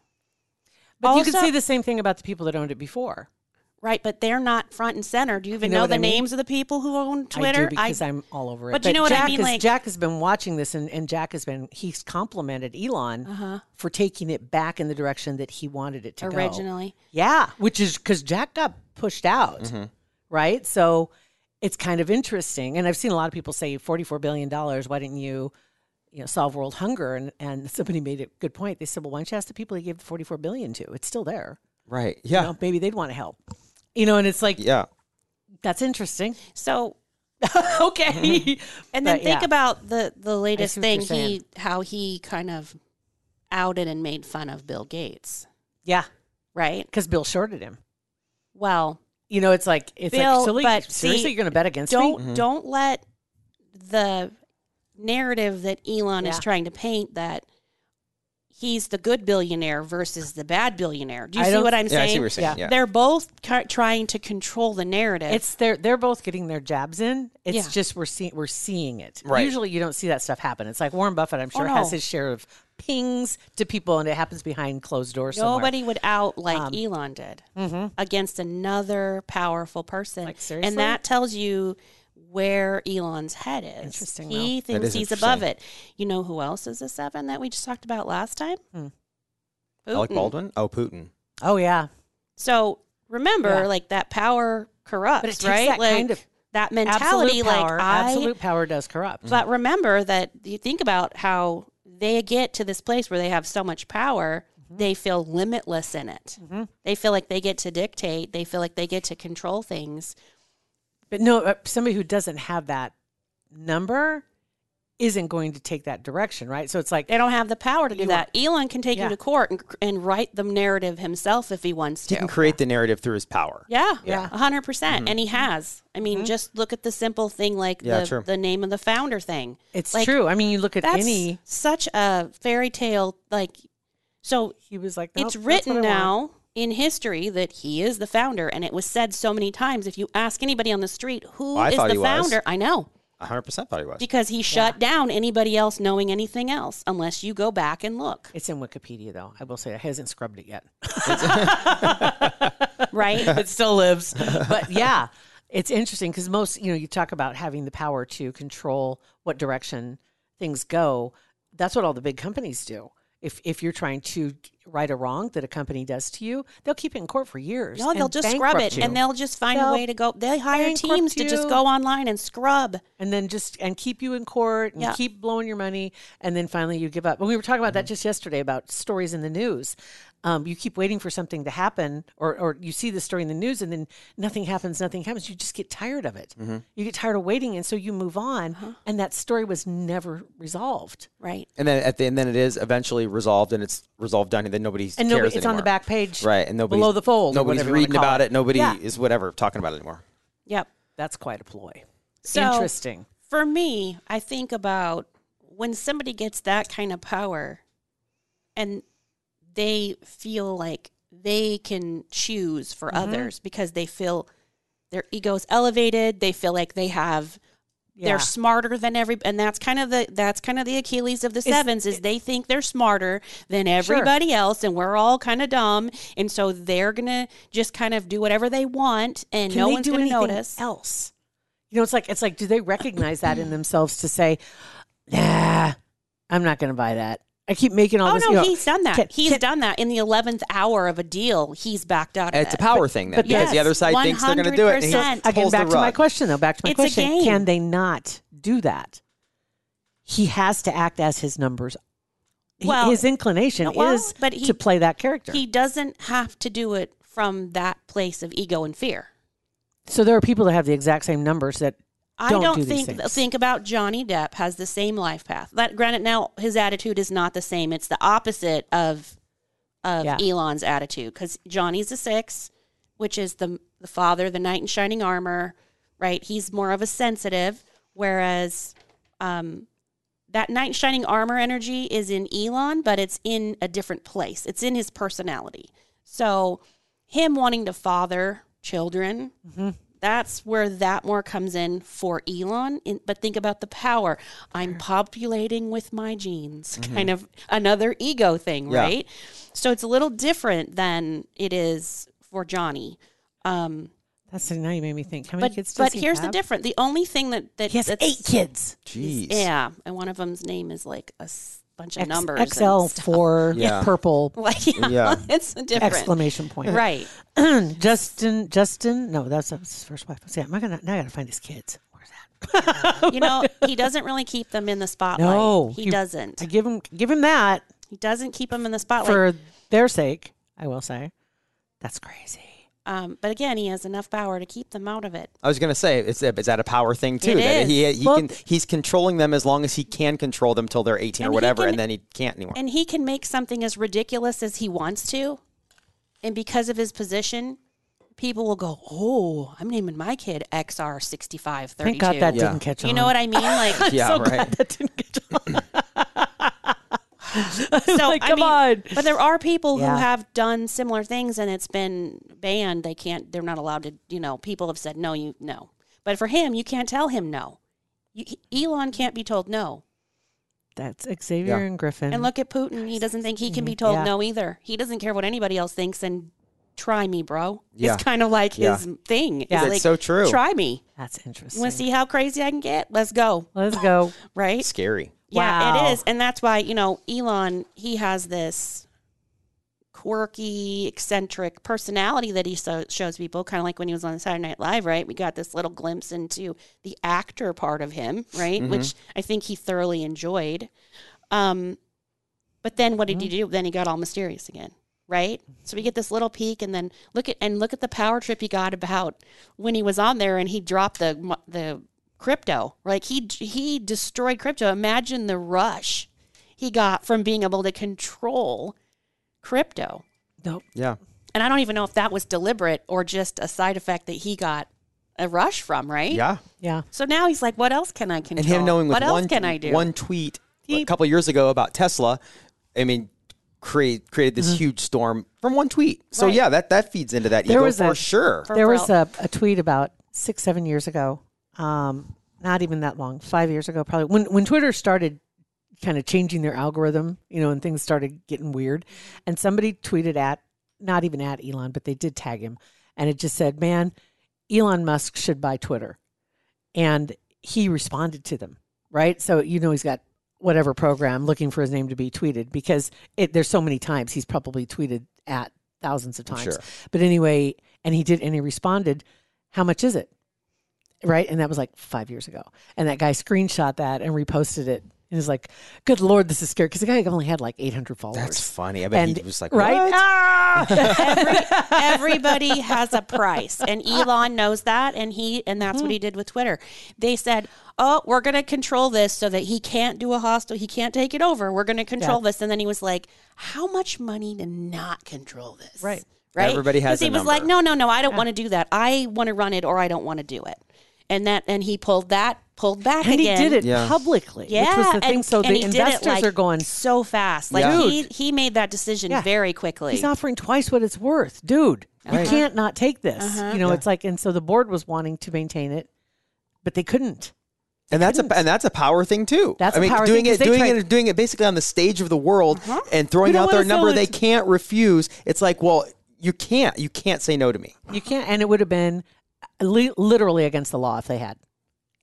Speaker 4: but you can
Speaker 5: also-
Speaker 4: say the same thing about the people that owned it before.
Speaker 5: Right, but they're not front and center. Do you even
Speaker 4: know
Speaker 5: know,
Speaker 4: what
Speaker 5: the
Speaker 4: I mean?
Speaker 5: names of the people who own
Speaker 4: I
Speaker 5: Twitter?
Speaker 4: do because I, am all over it.
Speaker 5: But you know what I
Speaker 4: Jack
Speaker 5: mean,
Speaker 4: Is,
Speaker 5: like-
Speaker 4: Jack has been watching this, and, and Jack has been he's complimented Elon
Speaker 5: Uh-huh.
Speaker 4: for taking it back in the direction that he wanted it to go.
Speaker 5: originally.
Speaker 4: Yeah, which is because Jack got pushed out, right? So it's kind of interesting. And I've seen a lot of people say forty-four billion dollars. Why didn't you, you know, solve world hunger? And and somebody made a good point. They said, well, why don't you ask the people you gave the forty-four billion to? It's still there.
Speaker 3: Right.
Speaker 4: You
Speaker 3: Yeah.
Speaker 4: know, maybe they'd want to help. You know, and it's like
Speaker 3: Yeah.
Speaker 4: that's interesting.
Speaker 5: So
Speaker 4: okay,
Speaker 5: and then
Speaker 4: But,
Speaker 5: think
Speaker 4: yeah.
Speaker 5: about the the latest
Speaker 4: see what you're
Speaker 5: thing he
Speaker 4: saying.
Speaker 5: how he kind of outed and made fun of Bill Gates,
Speaker 4: yeah,
Speaker 5: right?
Speaker 4: because Bill shorted him.
Speaker 5: Well,
Speaker 4: You know, it's like it's like
Speaker 5: Bill,
Speaker 4: silly.
Speaker 5: but
Speaker 4: seriously,
Speaker 5: see,
Speaker 4: you're going to bet against
Speaker 5: don't
Speaker 4: me?
Speaker 5: don't let the narrative that Elon is
Speaker 4: Yeah.
Speaker 5: trying to paint that he's the good billionaire versus the bad billionaire. Do you
Speaker 4: I
Speaker 5: see
Speaker 4: don't-
Speaker 5: what I'm
Speaker 3: Yeah. I
Speaker 5: saying?
Speaker 3: see what you're saying. Yeah.
Speaker 5: They're both ki trying to control the narrative.
Speaker 4: It's they're they're both getting their jabs in. It's
Speaker 5: Yeah.
Speaker 4: just we're seeing we're seeing it.
Speaker 3: Right.
Speaker 4: Usually you don't see that stuff happen. It's like Warren Buffett, I'm sure,
Speaker 5: Oh, no.
Speaker 4: has his share of pings to people, and it happens behind closed doors. somewhere. Um, Mm-hmm.
Speaker 5: Nobody would out like Elon did against another powerful person.
Speaker 4: Like, seriously?
Speaker 5: And that tells you where Elon's head is. Interesting. He thinks
Speaker 3: is
Speaker 5: he's above it. You know who else is a seven that we just talked about last time?
Speaker 4: Hmm.
Speaker 3: Alec
Speaker 5: Putin.
Speaker 3: Baldwin? Oh, Putin.
Speaker 4: Oh yeah,
Speaker 5: So remember,
Speaker 4: Yeah.
Speaker 5: like that power corrupts,
Speaker 4: But it takes
Speaker 5: right?
Speaker 4: that
Speaker 5: like
Speaker 4: kind of
Speaker 5: that mentality,
Speaker 4: absolute power.
Speaker 5: like I. Mm.
Speaker 4: absolute power does
Speaker 3: Mm.
Speaker 4: corrupt.
Speaker 5: But remember that you think about how they get to this place where they have so much power,
Speaker 4: Mm-hmm.
Speaker 5: they feel limitless in it. They feel like they get to dictate. They feel like they get to control things.
Speaker 4: But no, uh, somebody who doesn't have that number isn't going to take that direction, right? So it's like
Speaker 5: They don't have the power to do that. Elon can take
Speaker 4: Yeah.
Speaker 5: you to court and, and write the narrative himself if he wants
Speaker 3: He
Speaker 5: to.
Speaker 3: can create the narrative through his power.
Speaker 5: Yeah,
Speaker 4: Yeah. Mm-hmm.
Speaker 5: yeah, hundred percent, and he has. I mean, just look at the simple thing like
Speaker 3: Yeah,
Speaker 5: the,
Speaker 3: true.
Speaker 5: the name of the founder thing.
Speaker 4: it's
Speaker 5: Like,
Speaker 4: true. I mean, you look at
Speaker 5: that's
Speaker 4: any.
Speaker 5: such a fairy tale like so
Speaker 4: He was like, "Nope,
Speaker 5: it's
Speaker 4: that's what I
Speaker 5: written
Speaker 4: want."
Speaker 5: now in history that he is the founder and it was said so many times if you ask anybody on the street who
Speaker 4: Oh,
Speaker 3: Well, I
Speaker 5: is
Speaker 3: thought he
Speaker 5: the
Speaker 3: was.
Speaker 5: founder i know
Speaker 3: 100% thought he was.
Speaker 5: because he shut down anybody else knowing anything else unless you go back and look
Speaker 4: It's in Wikipedia, though. I will say it hasn't scrubbed it yet.
Speaker 5: right
Speaker 4: it still lives. But yeah, it's interesting because most, you know, you talk about having the power to control what direction things go. That's what all the big companies do. If if you're trying to right a wrong that a company does to you, they'll keep it in court for years.
Speaker 5: no they'll
Speaker 4: and
Speaker 5: just scrub
Speaker 4: bankrupt
Speaker 5: it
Speaker 4: you.
Speaker 5: and they'll just find
Speaker 4: They'll
Speaker 5: a way to go they hire
Speaker 4: bankrupt
Speaker 5: teams to just
Speaker 4: you.
Speaker 5: go online and scrub
Speaker 4: and then just and keep you in court and
Speaker 5: Yeah.
Speaker 4: keep blowing your money and then finally you give up. And we were talking about
Speaker 3: Mm-hmm.
Speaker 4: that just yesterday about stories in the news. Um, you keep waiting for something to happen or or you see the story in the news and then nothing happens, nothing happens. You just get tired of it.
Speaker 3: Mm-hmm.
Speaker 4: You get tired of waiting and so you move on and that story was never resolved.
Speaker 5: right
Speaker 3: And then at the and then it is eventually resolved and it's resolved done and then nobody
Speaker 4: And
Speaker 3: cares
Speaker 4: nobody, it's on the
Speaker 3: anymore.
Speaker 4: back page
Speaker 3: Right. And nobody's
Speaker 4: below the fold. or
Speaker 3: Nobody's
Speaker 4: whatever you wanna
Speaker 3: reading
Speaker 4: call
Speaker 3: about it. Nobody
Speaker 4: Yeah.
Speaker 3: is whatever talking about it anymore.
Speaker 5: yep
Speaker 4: That's quite a ploy.
Speaker 5: So-
Speaker 4: Interesting.
Speaker 5: for me, I think about when somebody gets that kind of power and they feel like they can choose for
Speaker 4: Mm-hmm.
Speaker 5: others because they feel their ego's elevated, they feel like they have
Speaker 4: Yeah.
Speaker 5: they're smarter than every and that's kind of the that's kind of the Achilles of the sevens is they think they're smarter than everybody else and we're all kind of dumb and so they're going to just kind of do whatever they want and
Speaker 4: Can
Speaker 5: no
Speaker 4: they
Speaker 5: one's
Speaker 4: do
Speaker 5: going to
Speaker 4: anything
Speaker 5: notice.
Speaker 4: else? You know, it's like it's like, do they recognize that in themselves to say, "Nah, I'm not going to buy that." I keep making all
Speaker 5: Oh
Speaker 4: this.
Speaker 5: no,
Speaker 4: you know,
Speaker 5: he's done that.
Speaker 4: can-
Speaker 5: he's
Speaker 4: can-
Speaker 5: done that in the eleventh hour of a deal. He's backed out. Of
Speaker 3: It's a
Speaker 5: it.
Speaker 3: power thing then
Speaker 4: but
Speaker 3: because the
Speaker 5: yes,
Speaker 3: other side thinks they're going to do it. And he
Speaker 5: 100%.
Speaker 3: pulls
Speaker 4: Again,
Speaker 3: the
Speaker 4: back to my
Speaker 3: rug.
Speaker 4: question though. Back to my
Speaker 5: It's a
Speaker 4: question:
Speaker 5: game.
Speaker 4: Can they not do that? He has to act as his numbers. He-
Speaker 5: Well-
Speaker 4: his inclination
Speaker 5: Well,
Speaker 4: is
Speaker 5: but he-
Speaker 4: to play that character.
Speaker 5: He doesn't have to do it from that place of ego and fear.
Speaker 4: so there are people that have the exact same numbers that
Speaker 5: I
Speaker 4: don't,
Speaker 5: don't,
Speaker 4: do these
Speaker 5: think
Speaker 4: things.
Speaker 5: think about Johnny Depp has the same life path. That granted, now his attitude is not the same. It's the opposite of of
Speaker 4: Yeah.
Speaker 5: Elon's attitude because Johnny's a six, which is the the father, the knight in shining armor, right? He's more of a sensitive, whereas um, that knight in shining armor energy is in Elon, but it's in a different place. It's in his personality. So him wanting to father children
Speaker 4: Mm-hmm.
Speaker 5: that's where that more comes in for Elon. In, but think about the power. I'm populating with my genes,
Speaker 4: Mm-hmm.
Speaker 5: kind of another ego thing,
Speaker 3: Yeah.
Speaker 5: right? So it's a little different than it is for Johnny. Um,
Speaker 4: That's now you made me think. How many
Speaker 5: but
Speaker 4: kids? does
Speaker 5: but
Speaker 4: he
Speaker 5: here's the
Speaker 4: have?
Speaker 5: difference. The only thing that that
Speaker 4: He has
Speaker 5: that's-
Speaker 4: eight kids.
Speaker 3: Jeez.
Speaker 5: Yeah, and one of them's name is like a s- bunch of
Speaker 4: X-
Speaker 5: numbers. and
Speaker 4: XL
Speaker 5: stuff.
Speaker 4: four
Speaker 3: Yeah.
Speaker 4: purple
Speaker 5: Like, yeah,
Speaker 3: Yeah.
Speaker 5: it's different.
Speaker 4: exclamation point.
Speaker 5: Right.
Speaker 4: Justin. Justin. No, that's that's his first wife. Yeah, am I gonna now? I gotta find his kids. Where's that?
Speaker 5: You know, he doesn't really keep them in the spotlight.
Speaker 4: No,
Speaker 5: Uh, he,
Speaker 4: he-
Speaker 5: doesn't.
Speaker 4: I give him give him that
Speaker 5: He doesn't keep them in the spotlight.
Speaker 4: for their sake. I will say, that's crazy.
Speaker 5: um, but again, he has enough power to keep them out of it.
Speaker 3: I was gonna say it's it's that a power thing too.
Speaker 5: It
Speaker 3: that he
Speaker 5: is.
Speaker 3: he
Speaker 4: Well-
Speaker 3: can he's controlling them as long as he can control them till they're eighteen or
Speaker 5: And he
Speaker 3: whatever,
Speaker 5: can-
Speaker 3: and then he can't anymore.
Speaker 5: And he can make something as ridiculous as he wants to. And because of his position, people will go, "Oh, I'm naming my kid XR sixty five thirty two.
Speaker 4: Thank God that
Speaker 3: Yeah.
Speaker 4: didn't catch on.
Speaker 5: You know what I mean? Like,
Speaker 3: yeah,
Speaker 4: so
Speaker 3: right.
Speaker 4: glad that didn't catch on.
Speaker 5: so
Speaker 4: Like,
Speaker 5: I
Speaker 4: come
Speaker 5: mean,
Speaker 4: on.
Speaker 5: But there are people
Speaker 4: Yeah.
Speaker 5: who have done similar things and it's been banned. They can't. They're not allowed to. You know, people have said no. You no. But for him, you can't tell him no. You, Elon can't be told no.
Speaker 4: That's Xavier
Speaker 3: Yeah.
Speaker 4: and Griffin.
Speaker 5: And look at Putin. He doesn't think he can
Speaker 3: Mm-hmm.
Speaker 5: be told
Speaker 4: Yeah.
Speaker 5: no either. He doesn't care what anybody else thinks. And try me, bro.
Speaker 3: Yeah.
Speaker 5: It's kind of like
Speaker 3: Yeah.
Speaker 5: his thing.
Speaker 4: Yeah.
Speaker 5: It's
Speaker 3: That's
Speaker 5: like,
Speaker 3: so true.
Speaker 5: Try me.
Speaker 4: that's interesting.
Speaker 5: Want to see how crazy I can get? Let's go.
Speaker 4: Let's go.
Speaker 5: Right.
Speaker 3: Scary.
Speaker 4: Wow.
Speaker 5: Yeah, it is. And that's why, you know, Elon, he has this quirky, eccentric personality that he so- shows people, kind of like when he was on Saturday Night Live, right? We got this little glimpse into the actor part of him, right?
Speaker 3: Mm-hmm.
Speaker 5: Which I think he thoroughly enjoyed. Um, but then what did
Speaker 3: Mm-hmm.
Speaker 5: he do? Then he got all mysterious again. Right, so we get this little peek, and then look at and look at the power trip he got about when he was on there, and he dropped the mo- the crypto. Like he he destroyed crypto. Imagine the rush he got from being able to control crypto.
Speaker 4: Nope.
Speaker 3: Yeah.
Speaker 5: And I don't even know if that was deliberate or just a side effect that he got a rush from, right?
Speaker 3: Yeah.
Speaker 4: Yeah.
Speaker 5: So now he's like, what else can I control?
Speaker 3: And him knowing with
Speaker 5: what
Speaker 3: one
Speaker 5: else can I do?
Speaker 3: one tweet a
Speaker 4: He-
Speaker 3: couple years ago about Tesla, I mean, create created this huge storm from one tweet. So
Speaker 5: Right.
Speaker 3: yeah, that that feeds into that
Speaker 4: Mm-hmm. There
Speaker 3: ego
Speaker 4: was
Speaker 3: for
Speaker 4: a-
Speaker 3: sure.
Speaker 5: For
Speaker 4: there
Speaker 5: real.
Speaker 4: was a, a tweet about six seven years ago um not even that long five years ago probably when when twitter started kind of changing their algorithm you know and things started getting weird and somebody tweeted at not even at elon but they did tag him and it just said man elon musk should buy twitter and he responded to them right so you know he's got whatever program looking for his name to be tweeted because it, there's so many times he's probably tweeted at thousands of times
Speaker 3: Sure.
Speaker 4: but anyway and he did and he responded how much is it right and that was like five years ago and that guy screenshot that and reposted it and he's like good lord this is scary because the guy only had like 800 followers
Speaker 3: That's funny. I bet
Speaker 4: and
Speaker 3: he was like,
Speaker 4: right
Speaker 3: "What?"
Speaker 4: Ah!
Speaker 5: Everybody has a price, and Elon knows that, and he and that's what
Speaker 4: Mm-hmm.
Speaker 5: he did with Twitter. They said, "Oh, we're going to control this so that he can't do a hostile, he can't take it over. We're going to control this." And then he was like, "How much money to not control this?"
Speaker 4: Right.
Speaker 5: right.
Speaker 3: Everybody has
Speaker 5: 'Cause he
Speaker 3: a
Speaker 5: was like,
Speaker 3: number.
Speaker 5: "No, no, no, I don't want to do that. I want to run it, or I don't want to do it." And that, and he pulled that, pulled back
Speaker 4: and he
Speaker 5: again.
Speaker 4: did it
Speaker 3: Yeah.
Speaker 4: publicly
Speaker 5: Yeah,
Speaker 4: which was the thing
Speaker 5: and-
Speaker 4: so
Speaker 5: and
Speaker 4: the
Speaker 5: he did it,
Speaker 4: investors
Speaker 5: like,
Speaker 4: are going
Speaker 5: so fast. Like
Speaker 3: Yeah.
Speaker 5: he he made that decision
Speaker 4: Yeah.
Speaker 5: very quickly.
Speaker 4: He's offering twice what it's worth, dude. You can't not take this.
Speaker 5: Uh-huh.
Speaker 4: You know, it's like, and so the board was wanting to maintain it, but they couldn't.
Speaker 3: And that's a and that's a power thing too.
Speaker 4: That's
Speaker 3: I
Speaker 4: a
Speaker 3: mean,
Speaker 4: power
Speaker 3: doing
Speaker 4: thing, 'cause
Speaker 3: it,
Speaker 4: they
Speaker 3: doing
Speaker 4: tried-
Speaker 3: it, doing it basically on the stage of the world and
Speaker 4: We
Speaker 3: throwing
Speaker 4: don't
Speaker 3: out their
Speaker 4: wanna sell
Speaker 3: number
Speaker 4: it
Speaker 3: they
Speaker 4: to-
Speaker 3: can't refuse. It's like, well, you can't, you can't say no to me.
Speaker 4: You can't, and it would have been li- literally against the law if they had.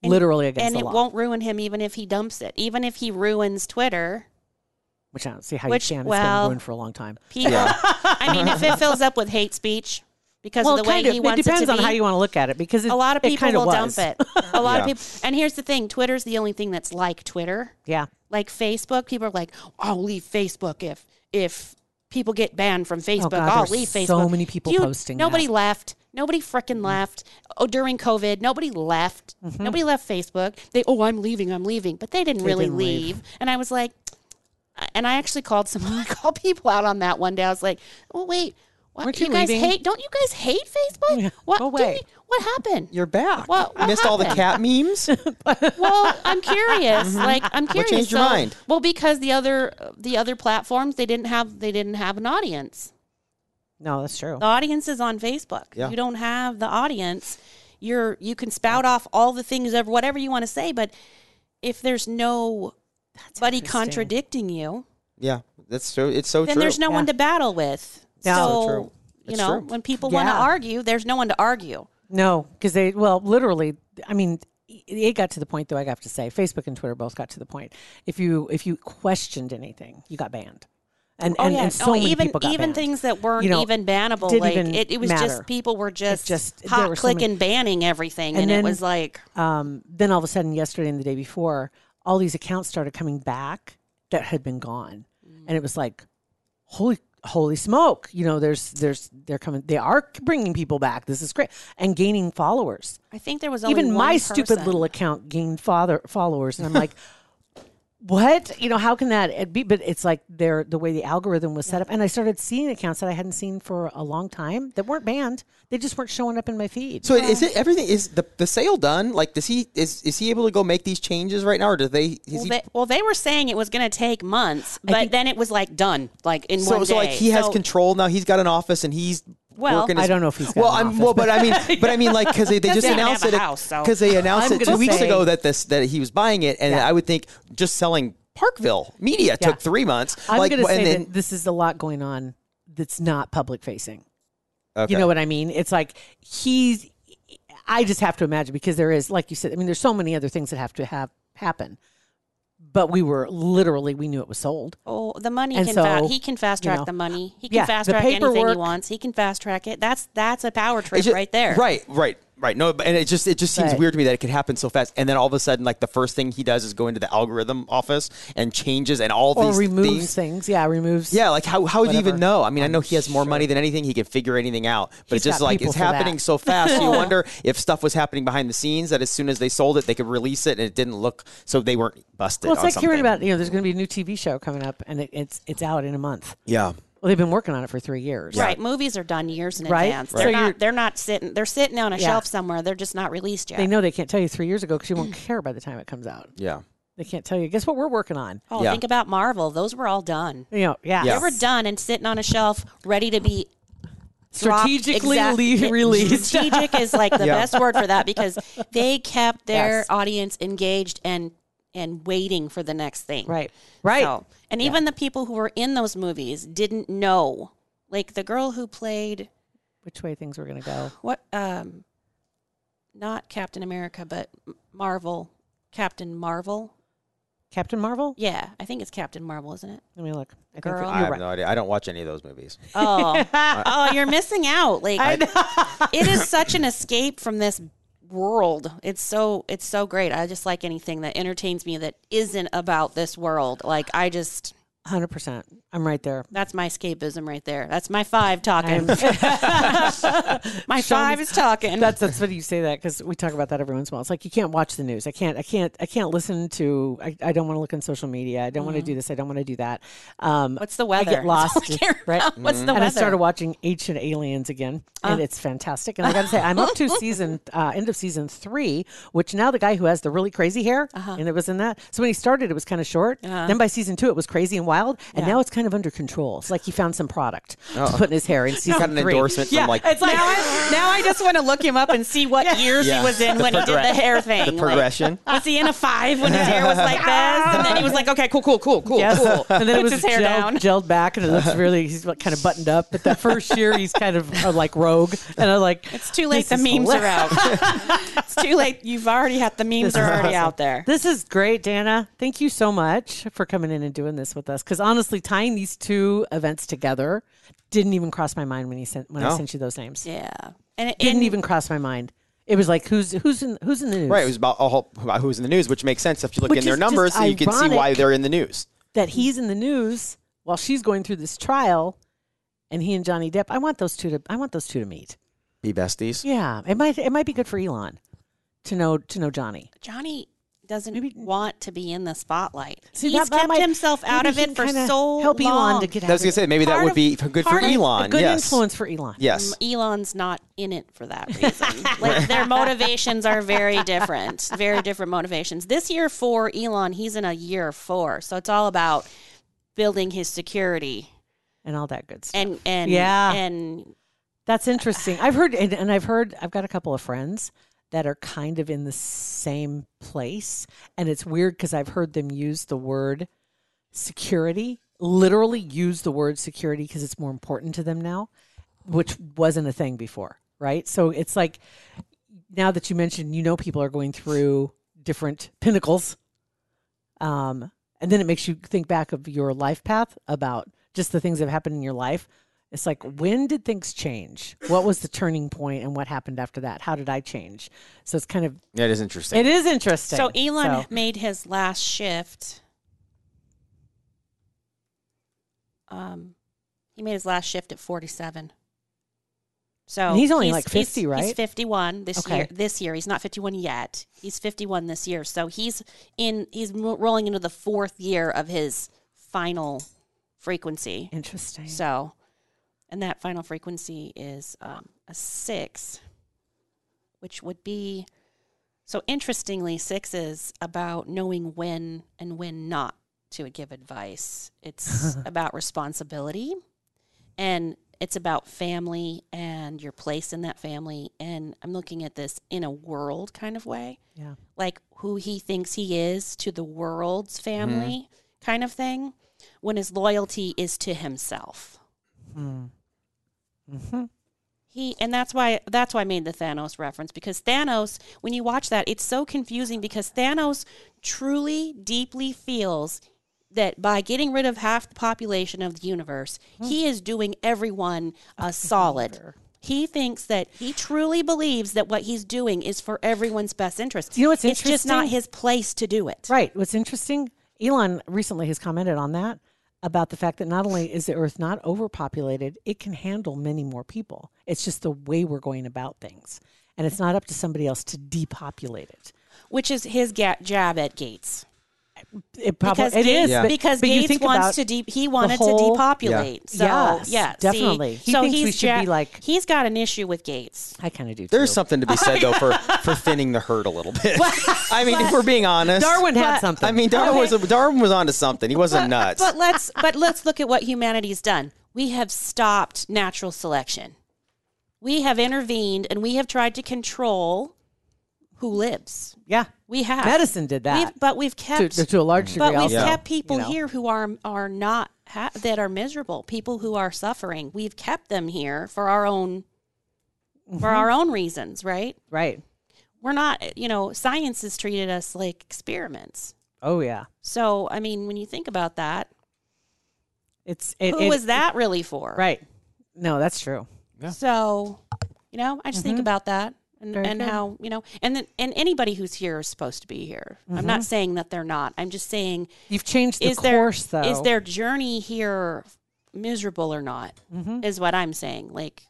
Speaker 4: literally against
Speaker 5: and
Speaker 4: the
Speaker 5: it
Speaker 4: law.
Speaker 5: won't ruin him even if he dumps it even if he ruins twitter
Speaker 4: which I don't see how
Speaker 5: which,
Speaker 4: you can. It's
Speaker 5: well,
Speaker 4: been ruined for a long time.
Speaker 5: people i mean if it fills up with hate speech because of the way
Speaker 4: kind of.
Speaker 5: he
Speaker 4: it
Speaker 5: wants
Speaker 4: depends
Speaker 5: it to
Speaker 4: on
Speaker 5: be
Speaker 4: how you want to look at it because it,
Speaker 5: a lot of
Speaker 4: it
Speaker 5: people
Speaker 4: kind
Speaker 5: will
Speaker 4: was.
Speaker 5: dump it a lot of
Speaker 3: Yeah.
Speaker 5: people and here's the thing twitter's the only thing that's like twitter
Speaker 4: Yeah.
Speaker 5: like facebook people are like i'll leave facebook if if people get banned from facebook
Speaker 4: Oh, God,
Speaker 5: i'll
Speaker 4: there's
Speaker 5: leave
Speaker 4: so
Speaker 5: facebook
Speaker 4: many people posting that. Mm-hmm.
Speaker 5: nobody left nobody freaking left oh during covid nobody left nobody left facebook they oh i'm leaving i'm leaving but they didn't really
Speaker 4: didn't leave.
Speaker 5: leave. and i was like and i actually called some i called people out on that one day i was like oh wait what
Speaker 4: Weren't
Speaker 5: you,
Speaker 4: you
Speaker 5: guys
Speaker 4: leaving?
Speaker 5: hate don't you guys hate facebook
Speaker 4: Yeah,
Speaker 5: what
Speaker 4: go
Speaker 5: didn't
Speaker 4: away.
Speaker 5: you- what happened
Speaker 3: You're back.
Speaker 5: What- what
Speaker 3: Missed all the cat
Speaker 5: happened?
Speaker 3: memes.
Speaker 5: well, I'm curious. Like, I'm curious.
Speaker 3: Mm-hmm. changed your
Speaker 5: So-
Speaker 3: mind?
Speaker 5: Well, because the other the other platforms they didn't have they didn't have an audience.
Speaker 4: No, that's true.
Speaker 5: The audience is on Facebook.
Speaker 3: Yeah.
Speaker 5: You don't have the audience. You're you can spout off all the things of whatever you want to say, but if there's no buddy
Speaker 4: interesting.
Speaker 5: contradicting you,
Speaker 3: yeah, that's so. It's so
Speaker 5: then
Speaker 3: true.
Speaker 5: there's no
Speaker 4: Yeah.
Speaker 5: one to battle with.
Speaker 4: Yeah.
Speaker 5: So,
Speaker 4: So
Speaker 3: true.
Speaker 5: You know,
Speaker 3: true.
Speaker 5: when people want to
Speaker 4: Yeah.
Speaker 5: argue, there's no one to argue.
Speaker 4: No, because they well, literally. I mean, it- it got to the point though. I have to say, Facebook and Twitter both got to the point. If you if you questioned anything, you got banned. And and, and so
Speaker 5: Oh,
Speaker 4: many
Speaker 5: even
Speaker 4: people got
Speaker 5: even
Speaker 4: banned.
Speaker 5: things that weren't
Speaker 4: You know,
Speaker 5: even bannable.
Speaker 4: didn't
Speaker 5: like
Speaker 4: even
Speaker 5: it, it was
Speaker 4: matter.
Speaker 5: just people were just,
Speaker 4: just- there were
Speaker 5: hot
Speaker 4: so
Speaker 5: click
Speaker 4: many-
Speaker 5: and banning everything,
Speaker 4: And
Speaker 5: and,
Speaker 4: then-
Speaker 5: it was like
Speaker 4: um, then all of a sudden yesterday and the day before all these accounts started coming back that had been gone and it was like holy holy smoke you know there's there's they're coming they are bringing people back this is great and gaining followers
Speaker 5: I think there was only
Speaker 4: even
Speaker 5: one
Speaker 4: my stupid
Speaker 5: person.
Speaker 4: little account gained father followers and i'm like what you know how can that it be but it's like they're the way the algorithm was set up and i started seeing accounts that i hadn't seen for a long time that weren't banned they just weren't showing up in my feed
Speaker 3: So is it everything? Is the the sale done? Like, does he is is he able to go make these changes right now, or do they? Is
Speaker 5: Well
Speaker 3: he,
Speaker 5: they, well, they were saying it was going to take months, but
Speaker 4: think-
Speaker 5: then it was like done, like in
Speaker 3: so
Speaker 5: one
Speaker 3: so like
Speaker 5: day.
Speaker 3: he has
Speaker 5: So-
Speaker 3: control now. He's got an office and he's.
Speaker 5: Well,
Speaker 3: working his-
Speaker 4: I don't know if he's got
Speaker 3: well.
Speaker 4: an
Speaker 3: I'm
Speaker 4: office,
Speaker 3: well, but I mean, but I mean, like because they, they just
Speaker 5: doesn't have
Speaker 3: announced
Speaker 5: a
Speaker 3: it
Speaker 5: house, so-
Speaker 3: because they announced
Speaker 4: I'm
Speaker 3: it
Speaker 4: gonna
Speaker 3: two weeks
Speaker 4: say-
Speaker 3: ago that this that he was buying it, and I would think just selling Parkville Media
Speaker 4: Yeah.
Speaker 3: took three months.
Speaker 4: I'm
Speaker 3: like,
Speaker 4: going to
Speaker 3: and
Speaker 4: say
Speaker 3: then
Speaker 4: that this is a lot going on that's not public facing.
Speaker 3: Okay.
Speaker 4: You know what I mean? It's like he's. I just have to imagine because there is, like you said, I mean, there's so many other things that have to have happen. But we were literally, we knew it was sold.
Speaker 5: Oh, the money
Speaker 4: And
Speaker 5: can fa-
Speaker 4: so,
Speaker 5: he can fast track
Speaker 4: know,
Speaker 5: the money. He can
Speaker 4: yeah,
Speaker 5: fast
Speaker 4: the
Speaker 5: track anything he
Speaker 4: paperwork-
Speaker 5: wants. He can fast track it. That's that's a power trip
Speaker 3: It's ju-
Speaker 5: right there.
Speaker 3: Right, right, right. No, but- and it just it just seems
Speaker 4: But-
Speaker 3: weird to me that it could happen so fast, and then all of a sudden, like the first thing he does is go into the algorithm office and changes and all
Speaker 4: Or
Speaker 3: these
Speaker 4: removes
Speaker 3: things.
Speaker 4: things. Yeah, removes.
Speaker 3: Yeah, like how how would you even
Speaker 4: Whatever.
Speaker 3: know? I mean, i know he has more money than anything; he can figure anything out. But it's
Speaker 4: He's
Speaker 3: just
Speaker 4: got
Speaker 3: like
Speaker 4: people
Speaker 3: it's
Speaker 4: for that.
Speaker 3: happening so fast. you wonder if stuff was happening behind the scenes that as soon as they sold it, they could release it, and it didn't look so they weren't busted.
Speaker 4: Well, it's
Speaker 3: on
Speaker 4: like hearing
Speaker 3: something.
Speaker 4: about, you know, there's going to be a new TV show coming up and it, it's it's out in a month.
Speaker 3: yeah.
Speaker 4: Well, they've been working on it for three years.
Speaker 5: Right, movies are done years in
Speaker 4: Right?
Speaker 5: advance.
Speaker 4: Right.
Speaker 5: They're
Speaker 4: So you're-
Speaker 5: not. They're not sitting. They're sitting on a
Speaker 4: Yeah.
Speaker 5: shelf somewhere. They're just not released yet.
Speaker 4: They know they can't tell you three years ago because you won't care by the time it comes out.
Speaker 3: Yeah.
Speaker 4: They can't tell you. Guess what? We're working on.
Speaker 5: Oh,
Speaker 3: Yeah.
Speaker 5: think about Marvel. Those were all done.
Speaker 4: You know, yeah.
Speaker 3: Yeah.
Speaker 5: They were done and sitting on a shelf, ready to be dropped.
Speaker 4: Strategically
Speaker 5: Exact-
Speaker 4: le- released.
Speaker 5: Strategic is like the
Speaker 3: Yeah.
Speaker 5: best word for that because they kept their
Speaker 4: Yes.
Speaker 5: audience engaged and and waiting for the next thing.
Speaker 4: Right. Right.
Speaker 5: So- and even the people who were in those movies didn't know. Like the girl who played
Speaker 4: Which way things were going to go.
Speaker 5: what um not Captain America but M- Marvel Captain Marvel.
Speaker 4: Captain Marvel?
Speaker 5: Yeah, I think it's Captain Marvel, isn't it?
Speaker 4: Let me look. I think
Speaker 5: Girl.
Speaker 4: Oh, you're
Speaker 3: I have
Speaker 4: right.
Speaker 3: no idea. I don't watch any of those movies.
Speaker 5: Oh, oh, you're missing out. Like it is such an escape from this world. It's so it's so great. I just like anything that entertains me that isn't about this world. Like I just
Speaker 4: Hundred percent. I'm right there.
Speaker 5: that's my escapism right there. That's my five talking. my
Speaker 4: Show me-
Speaker 5: five is talking.
Speaker 4: That's that's funny you say that because we talk about that every once in a while. It's like you can't watch the news. I can't. I can't. I can't listen to. I, I don't want to look on social media. I don't want to do this. I don't want to do that. Um,
Speaker 5: Mm-hmm. What's the
Speaker 4: I
Speaker 5: weather?
Speaker 4: get lost.
Speaker 5: That's all I care
Speaker 4: right.
Speaker 5: about. What's the
Speaker 4: and
Speaker 5: weather?
Speaker 4: I started watching Ancient Aliens again, and it's fantastic. And I got to say, I'm up to season uh, end of season three, which now the guy who has the really crazy hair,
Speaker 5: Uh-huh.
Speaker 4: and it was in that. So when he started, it was kind of short. Then by season two, it was crazy and wild, and now it's kind of under control. It's like he found some product
Speaker 5: Oh.
Speaker 4: to put in his hair in season
Speaker 3: Got an
Speaker 4: three.
Speaker 3: endorsement from like
Speaker 5: it's like now I, now I just want to look him up and see what years
Speaker 3: Yeah.
Speaker 5: he was in
Speaker 3: The
Speaker 5: when he did
Speaker 3: progre-
Speaker 5: the hair thing.
Speaker 3: the
Speaker 5: Like,
Speaker 3: progression.
Speaker 5: was he in a five when his hair was like this? And then he was like, okay, cool, cool, cool, cool,
Speaker 4: Yes.
Speaker 5: cool.
Speaker 4: And then it
Speaker 5: Puts
Speaker 4: was
Speaker 5: his hair
Speaker 4: gelled,
Speaker 5: down.
Speaker 4: gelled back, and it looks really, he's like kind of buttoned up. But that first year, he's kind of uh, like rogue. And I'm like,
Speaker 5: It's too late.
Speaker 4: this is
Speaker 5: the memes are
Speaker 4: hilarious.
Speaker 5: out. it's too late. You've already had the memes are already out there.
Speaker 4: This is great, Dana. Thank you so much for coming in and doing this with us. Because honestly, tying these two events together didn't even cross my mind when he sent when I
Speaker 3: No.
Speaker 4: sent you those names.
Speaker 5: Yeah, and it,
Speaker 4: Didn't
Speaker 5: and-
Speaker 4: even cross my mind. It was like who's who's in who's in the news?
Speaker 3: Right. It was about, all, about who's in the news, which makes sense if you look
Speaker 4: Which
Speaker 3: in their
Speaker 4: is just
Speaker 3: numbers, so you can see why
Speaker 4: ironic.
Speaker 3: they're in the news.
Speaker 4: That he's in the news while she's going through this trial, and he and Johnny Depp. I want those two to I want those two to meet.
Speaker 3: Be besties.
Speaker 4: Yeah, it might it might be good for Elon to know to know Johnny.
Speaker 5: Johnny doesn't
Speaker 4: Maybe-
Speaker 5: want to be in the spotlight.
Speaker 4: See,
Speaker 5: He's
Speaker 4: that- that
Speaker 5: kept
Speaker 4: might-
Speaker 5: himself out
Speaker 4: maybe
Speaker 5: of
Speaker 4: he
Speaker 5: it
Speaker 4: can
Speaker 5: for
Speaker 4: kinda
Speaker 5: so
Speaker 4: help
Speaker 5: long.
Speaker 4: Elon to get out.
Speaker 3: I was
Speaker 4: of
Speaker 3: gonna
Speaker 4: it.
Speaker 3: say maybe that
Speaker 5: Part
Speaker 3: would
Speaker 5: of-
Speaker 3: be f- good for
Speaker 5: part of- a
Speaker 3: Elon.
Speaker 4: a good
Speaker 3: yes.
Speaker 4: influence for Elon.
Speaker 3: Yes.
Speaker 5: Elon's not in it for that reason. like their motivations are very different, very different motivations. This year for Elon, he's in a year four, so it's all about building his security
Speaker 4: and all that good stuff.
Speaker 5: and and
Speaker 4: Yeah.
Speaker 5: and
Speaker 4: That's interesting. I've heard, and, and I've heard, I've got a couple of friends that are kind of in the same place. And it's weird because I've heard them use the word security, literally use the word security because it's more important to them now. which wasn't a thing before, right? So it's like now that you mentioned, you know, people are going through different pinnacles. Um, and then it makes you think back of your life path about just the things that have happened in your life. It's like, when did things change? What was the turning point and what happened after that? How did I change? So it's kind of,
Speaker 3: That is interesting.
Speaker 4: it is interesting.
Speaker 5: So Elon
Speaker 4: So-
Speaker 5: made his last shift. Um, he made his last shift at forty-seven. So
Speaker 4: And he's only, like, 50,
Speaker 5: he's- He's
Speaker 4: right?
Speaker 5: fifty-one this
Speaker 4: Okay.
Speaker 5: year. This year, he's not fifty-one yet. He's fifty-one this year. So he's in. He's mo- rolling into the fourth year of his final frequency.
Speaker 4: interesting.
Speaker 5: So, and that final frequency is um, a six, which would be so interestingly, six is about knowing when and when not to give advice. It's about responsibility and it's about family and your place in that family. And I'm looking at this in a world kind of way
Speaker 4: yeah.
Speaker 5: like who he thinks he is to the world's family kind of thing when his loyalty is to himself
Speaker 4: Mm-hmm.
Speaker 5: he and that's why that's why i made the thanos reference because thanos when you watch that it's so confusing because thanos truly deeply feels that by getting rid of half the population of the universe
Speaker 4: Hmm.
Speaker 5: he is doing everyone a solid he thinks that he truly believes that what he's doing is for everyone's best interest.
Speaker 4: You know what's
Speaker 5: it's just not
Speaker 4: interesting?
Speaker 5: his place to do it.
Speaker 4: Right. What's interesting, Elon recently has commented on that about the fact that not only is the earth not overpopulated, it can handle many more people. It's just the way we're going about things. And it's not up to somebody else to depopulate it.
Speaker 5: Which is his ga- jab at Gates.
Speaker 4: It probably
Speaker 5: because
Speaker 4: it
Speaker 5: Gates,
Speaker 4: is but-
Speaker 5: because
Speaker 4: but you
Speaker 5: Gates
Speaker 4: think
Speaker 5: wants
Speaker 4: about
Speaker 5: to de- he
Speaker 4: the
Speaker 5: wanted to
Speaker 4: whole-
Speaker 5: depopulate. So
Speaker 4: Yes,
Speaker 5: yeah, see?
Speaker 4: definitely. He
Speaker 5: so
Speaker 4: thinks we
Speaker 5: he's
Speaker 4: should be like-
Speaker 5: he's got an issue with Gates.
Speaker 4: I kind of do.
Speaker 3: There's
Speaker 4: too.
Speaker 3: something to be said though for for thinning the herd a little bit. I mean, if we're being honest,
Speaker 4: Darwin had
Speaker 5: but-
Speaker 4: something.
Speaker 3: I mean, Darwin was Darwin was onto something. He wasn't nuts.
Speaker 5: But let's but let's look at what humanity's done. We have stopped natural selection. We have intervened and we have tried to control who lives.
Speaker 4: yeah,
Speaker 5: We have
Speaker 4: medicine did that
Speaker 5: We've, but we've
Speaker 4: to,
Speaker 5: kept
Speaker 4: to a large degree.
Speaker 5: But we've
Speaker 4: also,
Speaker 5: kept people
Speaker 4: you know.
Speaker 5: here who are are not ha- that are miserable. People who are suffering. We've kept them here for our own for our own reasons, right?
Speaker 4: right?
Speaker 5: We're not, you know, science has treated us like experiments.
Speaker 4: Oh yeah,
Speaker 5: So, I mean, when you think about that,
Speaker 4: it's it,
Speaker 5: who
Speaker 4: it-
Speaker 5: was that really for?
Speaker 4: Right? No, that's true.
Speaker 5: So, you know, I just think about that and,
Speaker 4: Very
Speaker 5: and
Speaker 4: good.
Speaker 5: how, you know, and then, and anybody who's here is supposed to be here. I'm not saying that they're not. I'm just saying
Speaker 4: You've changed the
Speaker 5: is there
Speaker 4: course,
Speaker 5: is
Speaker 4: though.
Speaker 5: their journey here miserable or not
Speaker 4: Mm-hmm.
Speaker 5: is what i'm saying like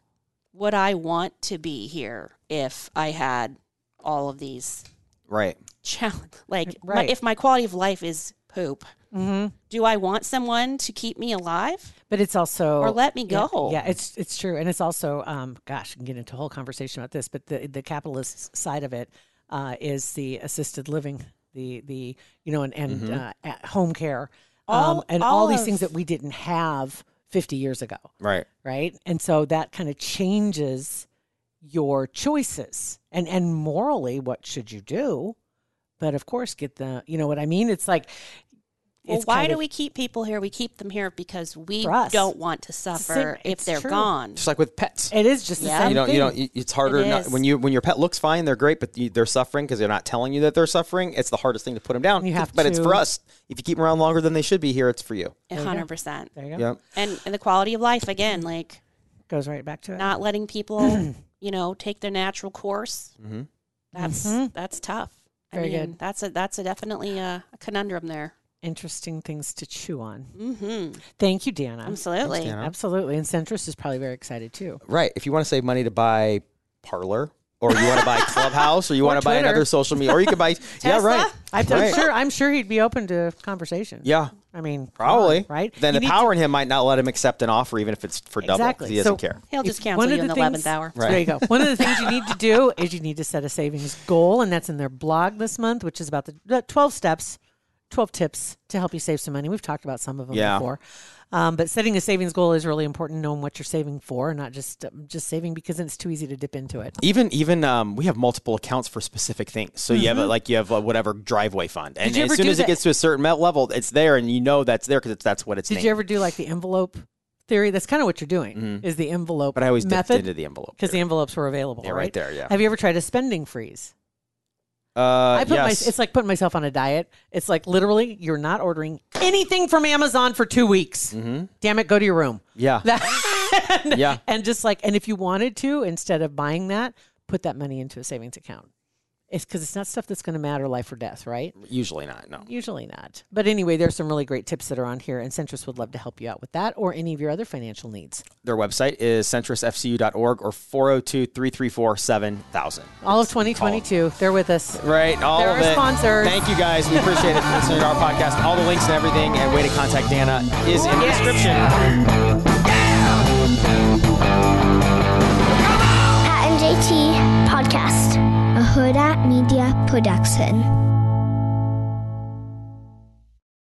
Speaker 5: would i want to be here if i had all of these
Speaker 3: right.
Speaker 5: challenge like my-
Speaker 4: Right. Mm-hmm.
Speaker 5: if my quality of life is poop do i want someone to keep me alive
Speaker 4: But it's also
Speaker 5: Or let me
Speaker 4: yeah,
Speaker 5: go.
Speaker 4: Yeah, it's it's true, and it's also um, gosh, I can get into a whole conversation about this, but the the capitalist side of it uh, is the assisted living, the the you know, and and uh, at home care,
Speaker 5: Mm-hmm.
Speaker 4: um,
Speaker 5: All-
Speaker 4: and
Speaker 5: all
Speaker 4: all these
Speaker 5: of-
Speaker 4: things that we didn't have fifty years ago,
Speaker 3: Right.
Speaker 4: right? And so that kind of changes your choices and and morally, what should you do? But of course, get the you know what I mean. It's like.
Speaker 5: well,
Speaker 4: it's
Speaker 5: why
Speaker 4: kind
Speaker 5: do
Speaker 4: of-
Speaker 5: we keep people here? We keep them here because we
Speaker 4: For us.
Speaker 5: don't want to suffer if
Speaker 4: it's
Speaker 5: they're
Speaker 4: true.
Speaker 5: gone.
Speaker 3: Just like with pets.
Speaker 4: It is just the
Speaker 5: Yeah.
Speaker 4: same
Speaker 3: you don't. You
Speaker 4: thing.
Speaker 3: don't. you- It's harder
Speaker 5: It
Speaker 3: not,
Speaker 5: is.
Speaker 3: when you when your pet looks fine. They're great, but you, they're suffering because they're not telling you that they're suffering. It's the hardest thing to put them down.
Speaker 4: You have
Speaker 3: but it's
Speaker 4: to-
Speaker 3: for us. If you keep them around longer than they should be here, it's for you.
Speaker 5: A 100%.
Speaker 4: there you go.
Speaker 3: Yep.
Speaker 5: And, and the quality of life,
Speaker 4: Mm-hmm.
Speaker 5: again, like
Speaker 4: Goes right back to it.
Speaker 5: not letting people, you know, take their natural course. That's that's tough.
Speaker 4: Mm-hmm. Very
Speaker 5: I mean,
Speaker 4: good.
Speaker 5: That's a that's a definitely a, a conundrum there.
Speaker 4: interesting things to chew on.
Speaker 5: Mm-hmm.
Speaker 4: Thank you, Dana.
Speaker 5: Absolutely.
Speaker 4: Absolutely. And Centrist is probably very excited too.
Speaker 3: Right. If you want to save money to buy Parlor, or you want to buy Clubhouse, or you want to buy
Speaker 4: Twitter.
Speaker 3: another social media, or you could buy. Yeah. Right.
Speaker 4: I'm, I'm
Speaker 3: Right.
Speaker 4: sure I'm sure he'd be open to conversation.
Speaker 3: Yeah.
Speaker 4: I mean come
Speaker 3: Probably.
Speaker 4: on, right?
Speaker 3: Then
Speaker 4: You
Speaker 3: the
Speaker 4: need
Speaker 3: power in him might not let him accept an offer, even if it's for double. 'cause
Speaker 4: Exactly.
Speaker 3: He doesn't
Speaker 4: So-
Speaker 3: care.
Speaker 5: He'll
Speaker 4: to-
Speaker 5: just
Speaker 4: if-
Speaker 5: cancel
Speaker 4: one
Speaker 5: you
Speaker 4: of
Speaker 5: in the
Speaker 4: things-
Speaker 5: eleventh hour.
Speaker 3: Right.
Speaker 4: There you go. One of the things you need to do is you need to set a savings goal, and that's in their blog this month, which is about the the 12 steps, 12 tips to help you save some money. We've talked about some of them
Speaker 3: Yeah.
Speaker 4: before. Um, but setting a savings goal is really important, knowing what you're saving for, and not just um, just saving because then it's too easy to dip into it.
Speaker 3: Even even um, we have multiple accounts for specific things. So you have a, like you have a, whatever driveway fund, and,
Speaker 4: Mm-hmm. Did you
Speaker 3: as
Speaker 4: ever
Speaker 3: soon
Speaker 4: do
Speaker 3: as it
Speaker 4: that-
Speaker 3: gets to a certain me- level, it's there, and you know that's there because that's what it's.
Speaker 4: Did
Speaker 3: named.
Speaker 4: you ever do like the envelope theory, that's kind of what you're doing is the envelope.
Speaker 3: Mm-hmm. But I always dipped
Speaker 4: method
Speaker 3: into the envelope.
Speaker 4: because the envelopes were available.
Speaker 3: Yeah,
Speaker 4: right?
Speaker 3: right there, yeah.
Speaker 4: Have you ever tried a spending freeze?
Speaker 3: uh,
Speaker 4: I put
Speaker 3: yes.
Speaker 4: my, it's like putting myself on a diet. It's like literally you're not ordering anything from Amazon for two weeks. Damn it, go to your room.
Speaker 3: Mm-hmm. yeah.
Speaker 4: and,
Speaker 3: Yeah.
Speaker 4: and just like, and if you wanted to, instead of buying that, put that money into a savings account. It's because it's not stuff that's going to matter life or death, right?
Speaker 3: Usually not. No.
Speaker 4: Usually not. But anyway, there's some really great tips that are on here, and Centris would love to help you out with that or any of your other financial needs.
Speaker 3: Their website is centrisfcu.org or 402 334 7000.
Speaker 4: All of 2022, they're with us.
Speaker 3: Right, all
Speaker 4: They're
Speaker 3: of
Speaker 4: our
Speaker 3: it.
Speaker 4: sponsors.
Speaker 3: Thank you guys. We appreciate it for listening to our podcast. All the links and everything and way to contact Dana is in the description.
Speaker 6: Pat and JT Podcast, a Huda Media Production.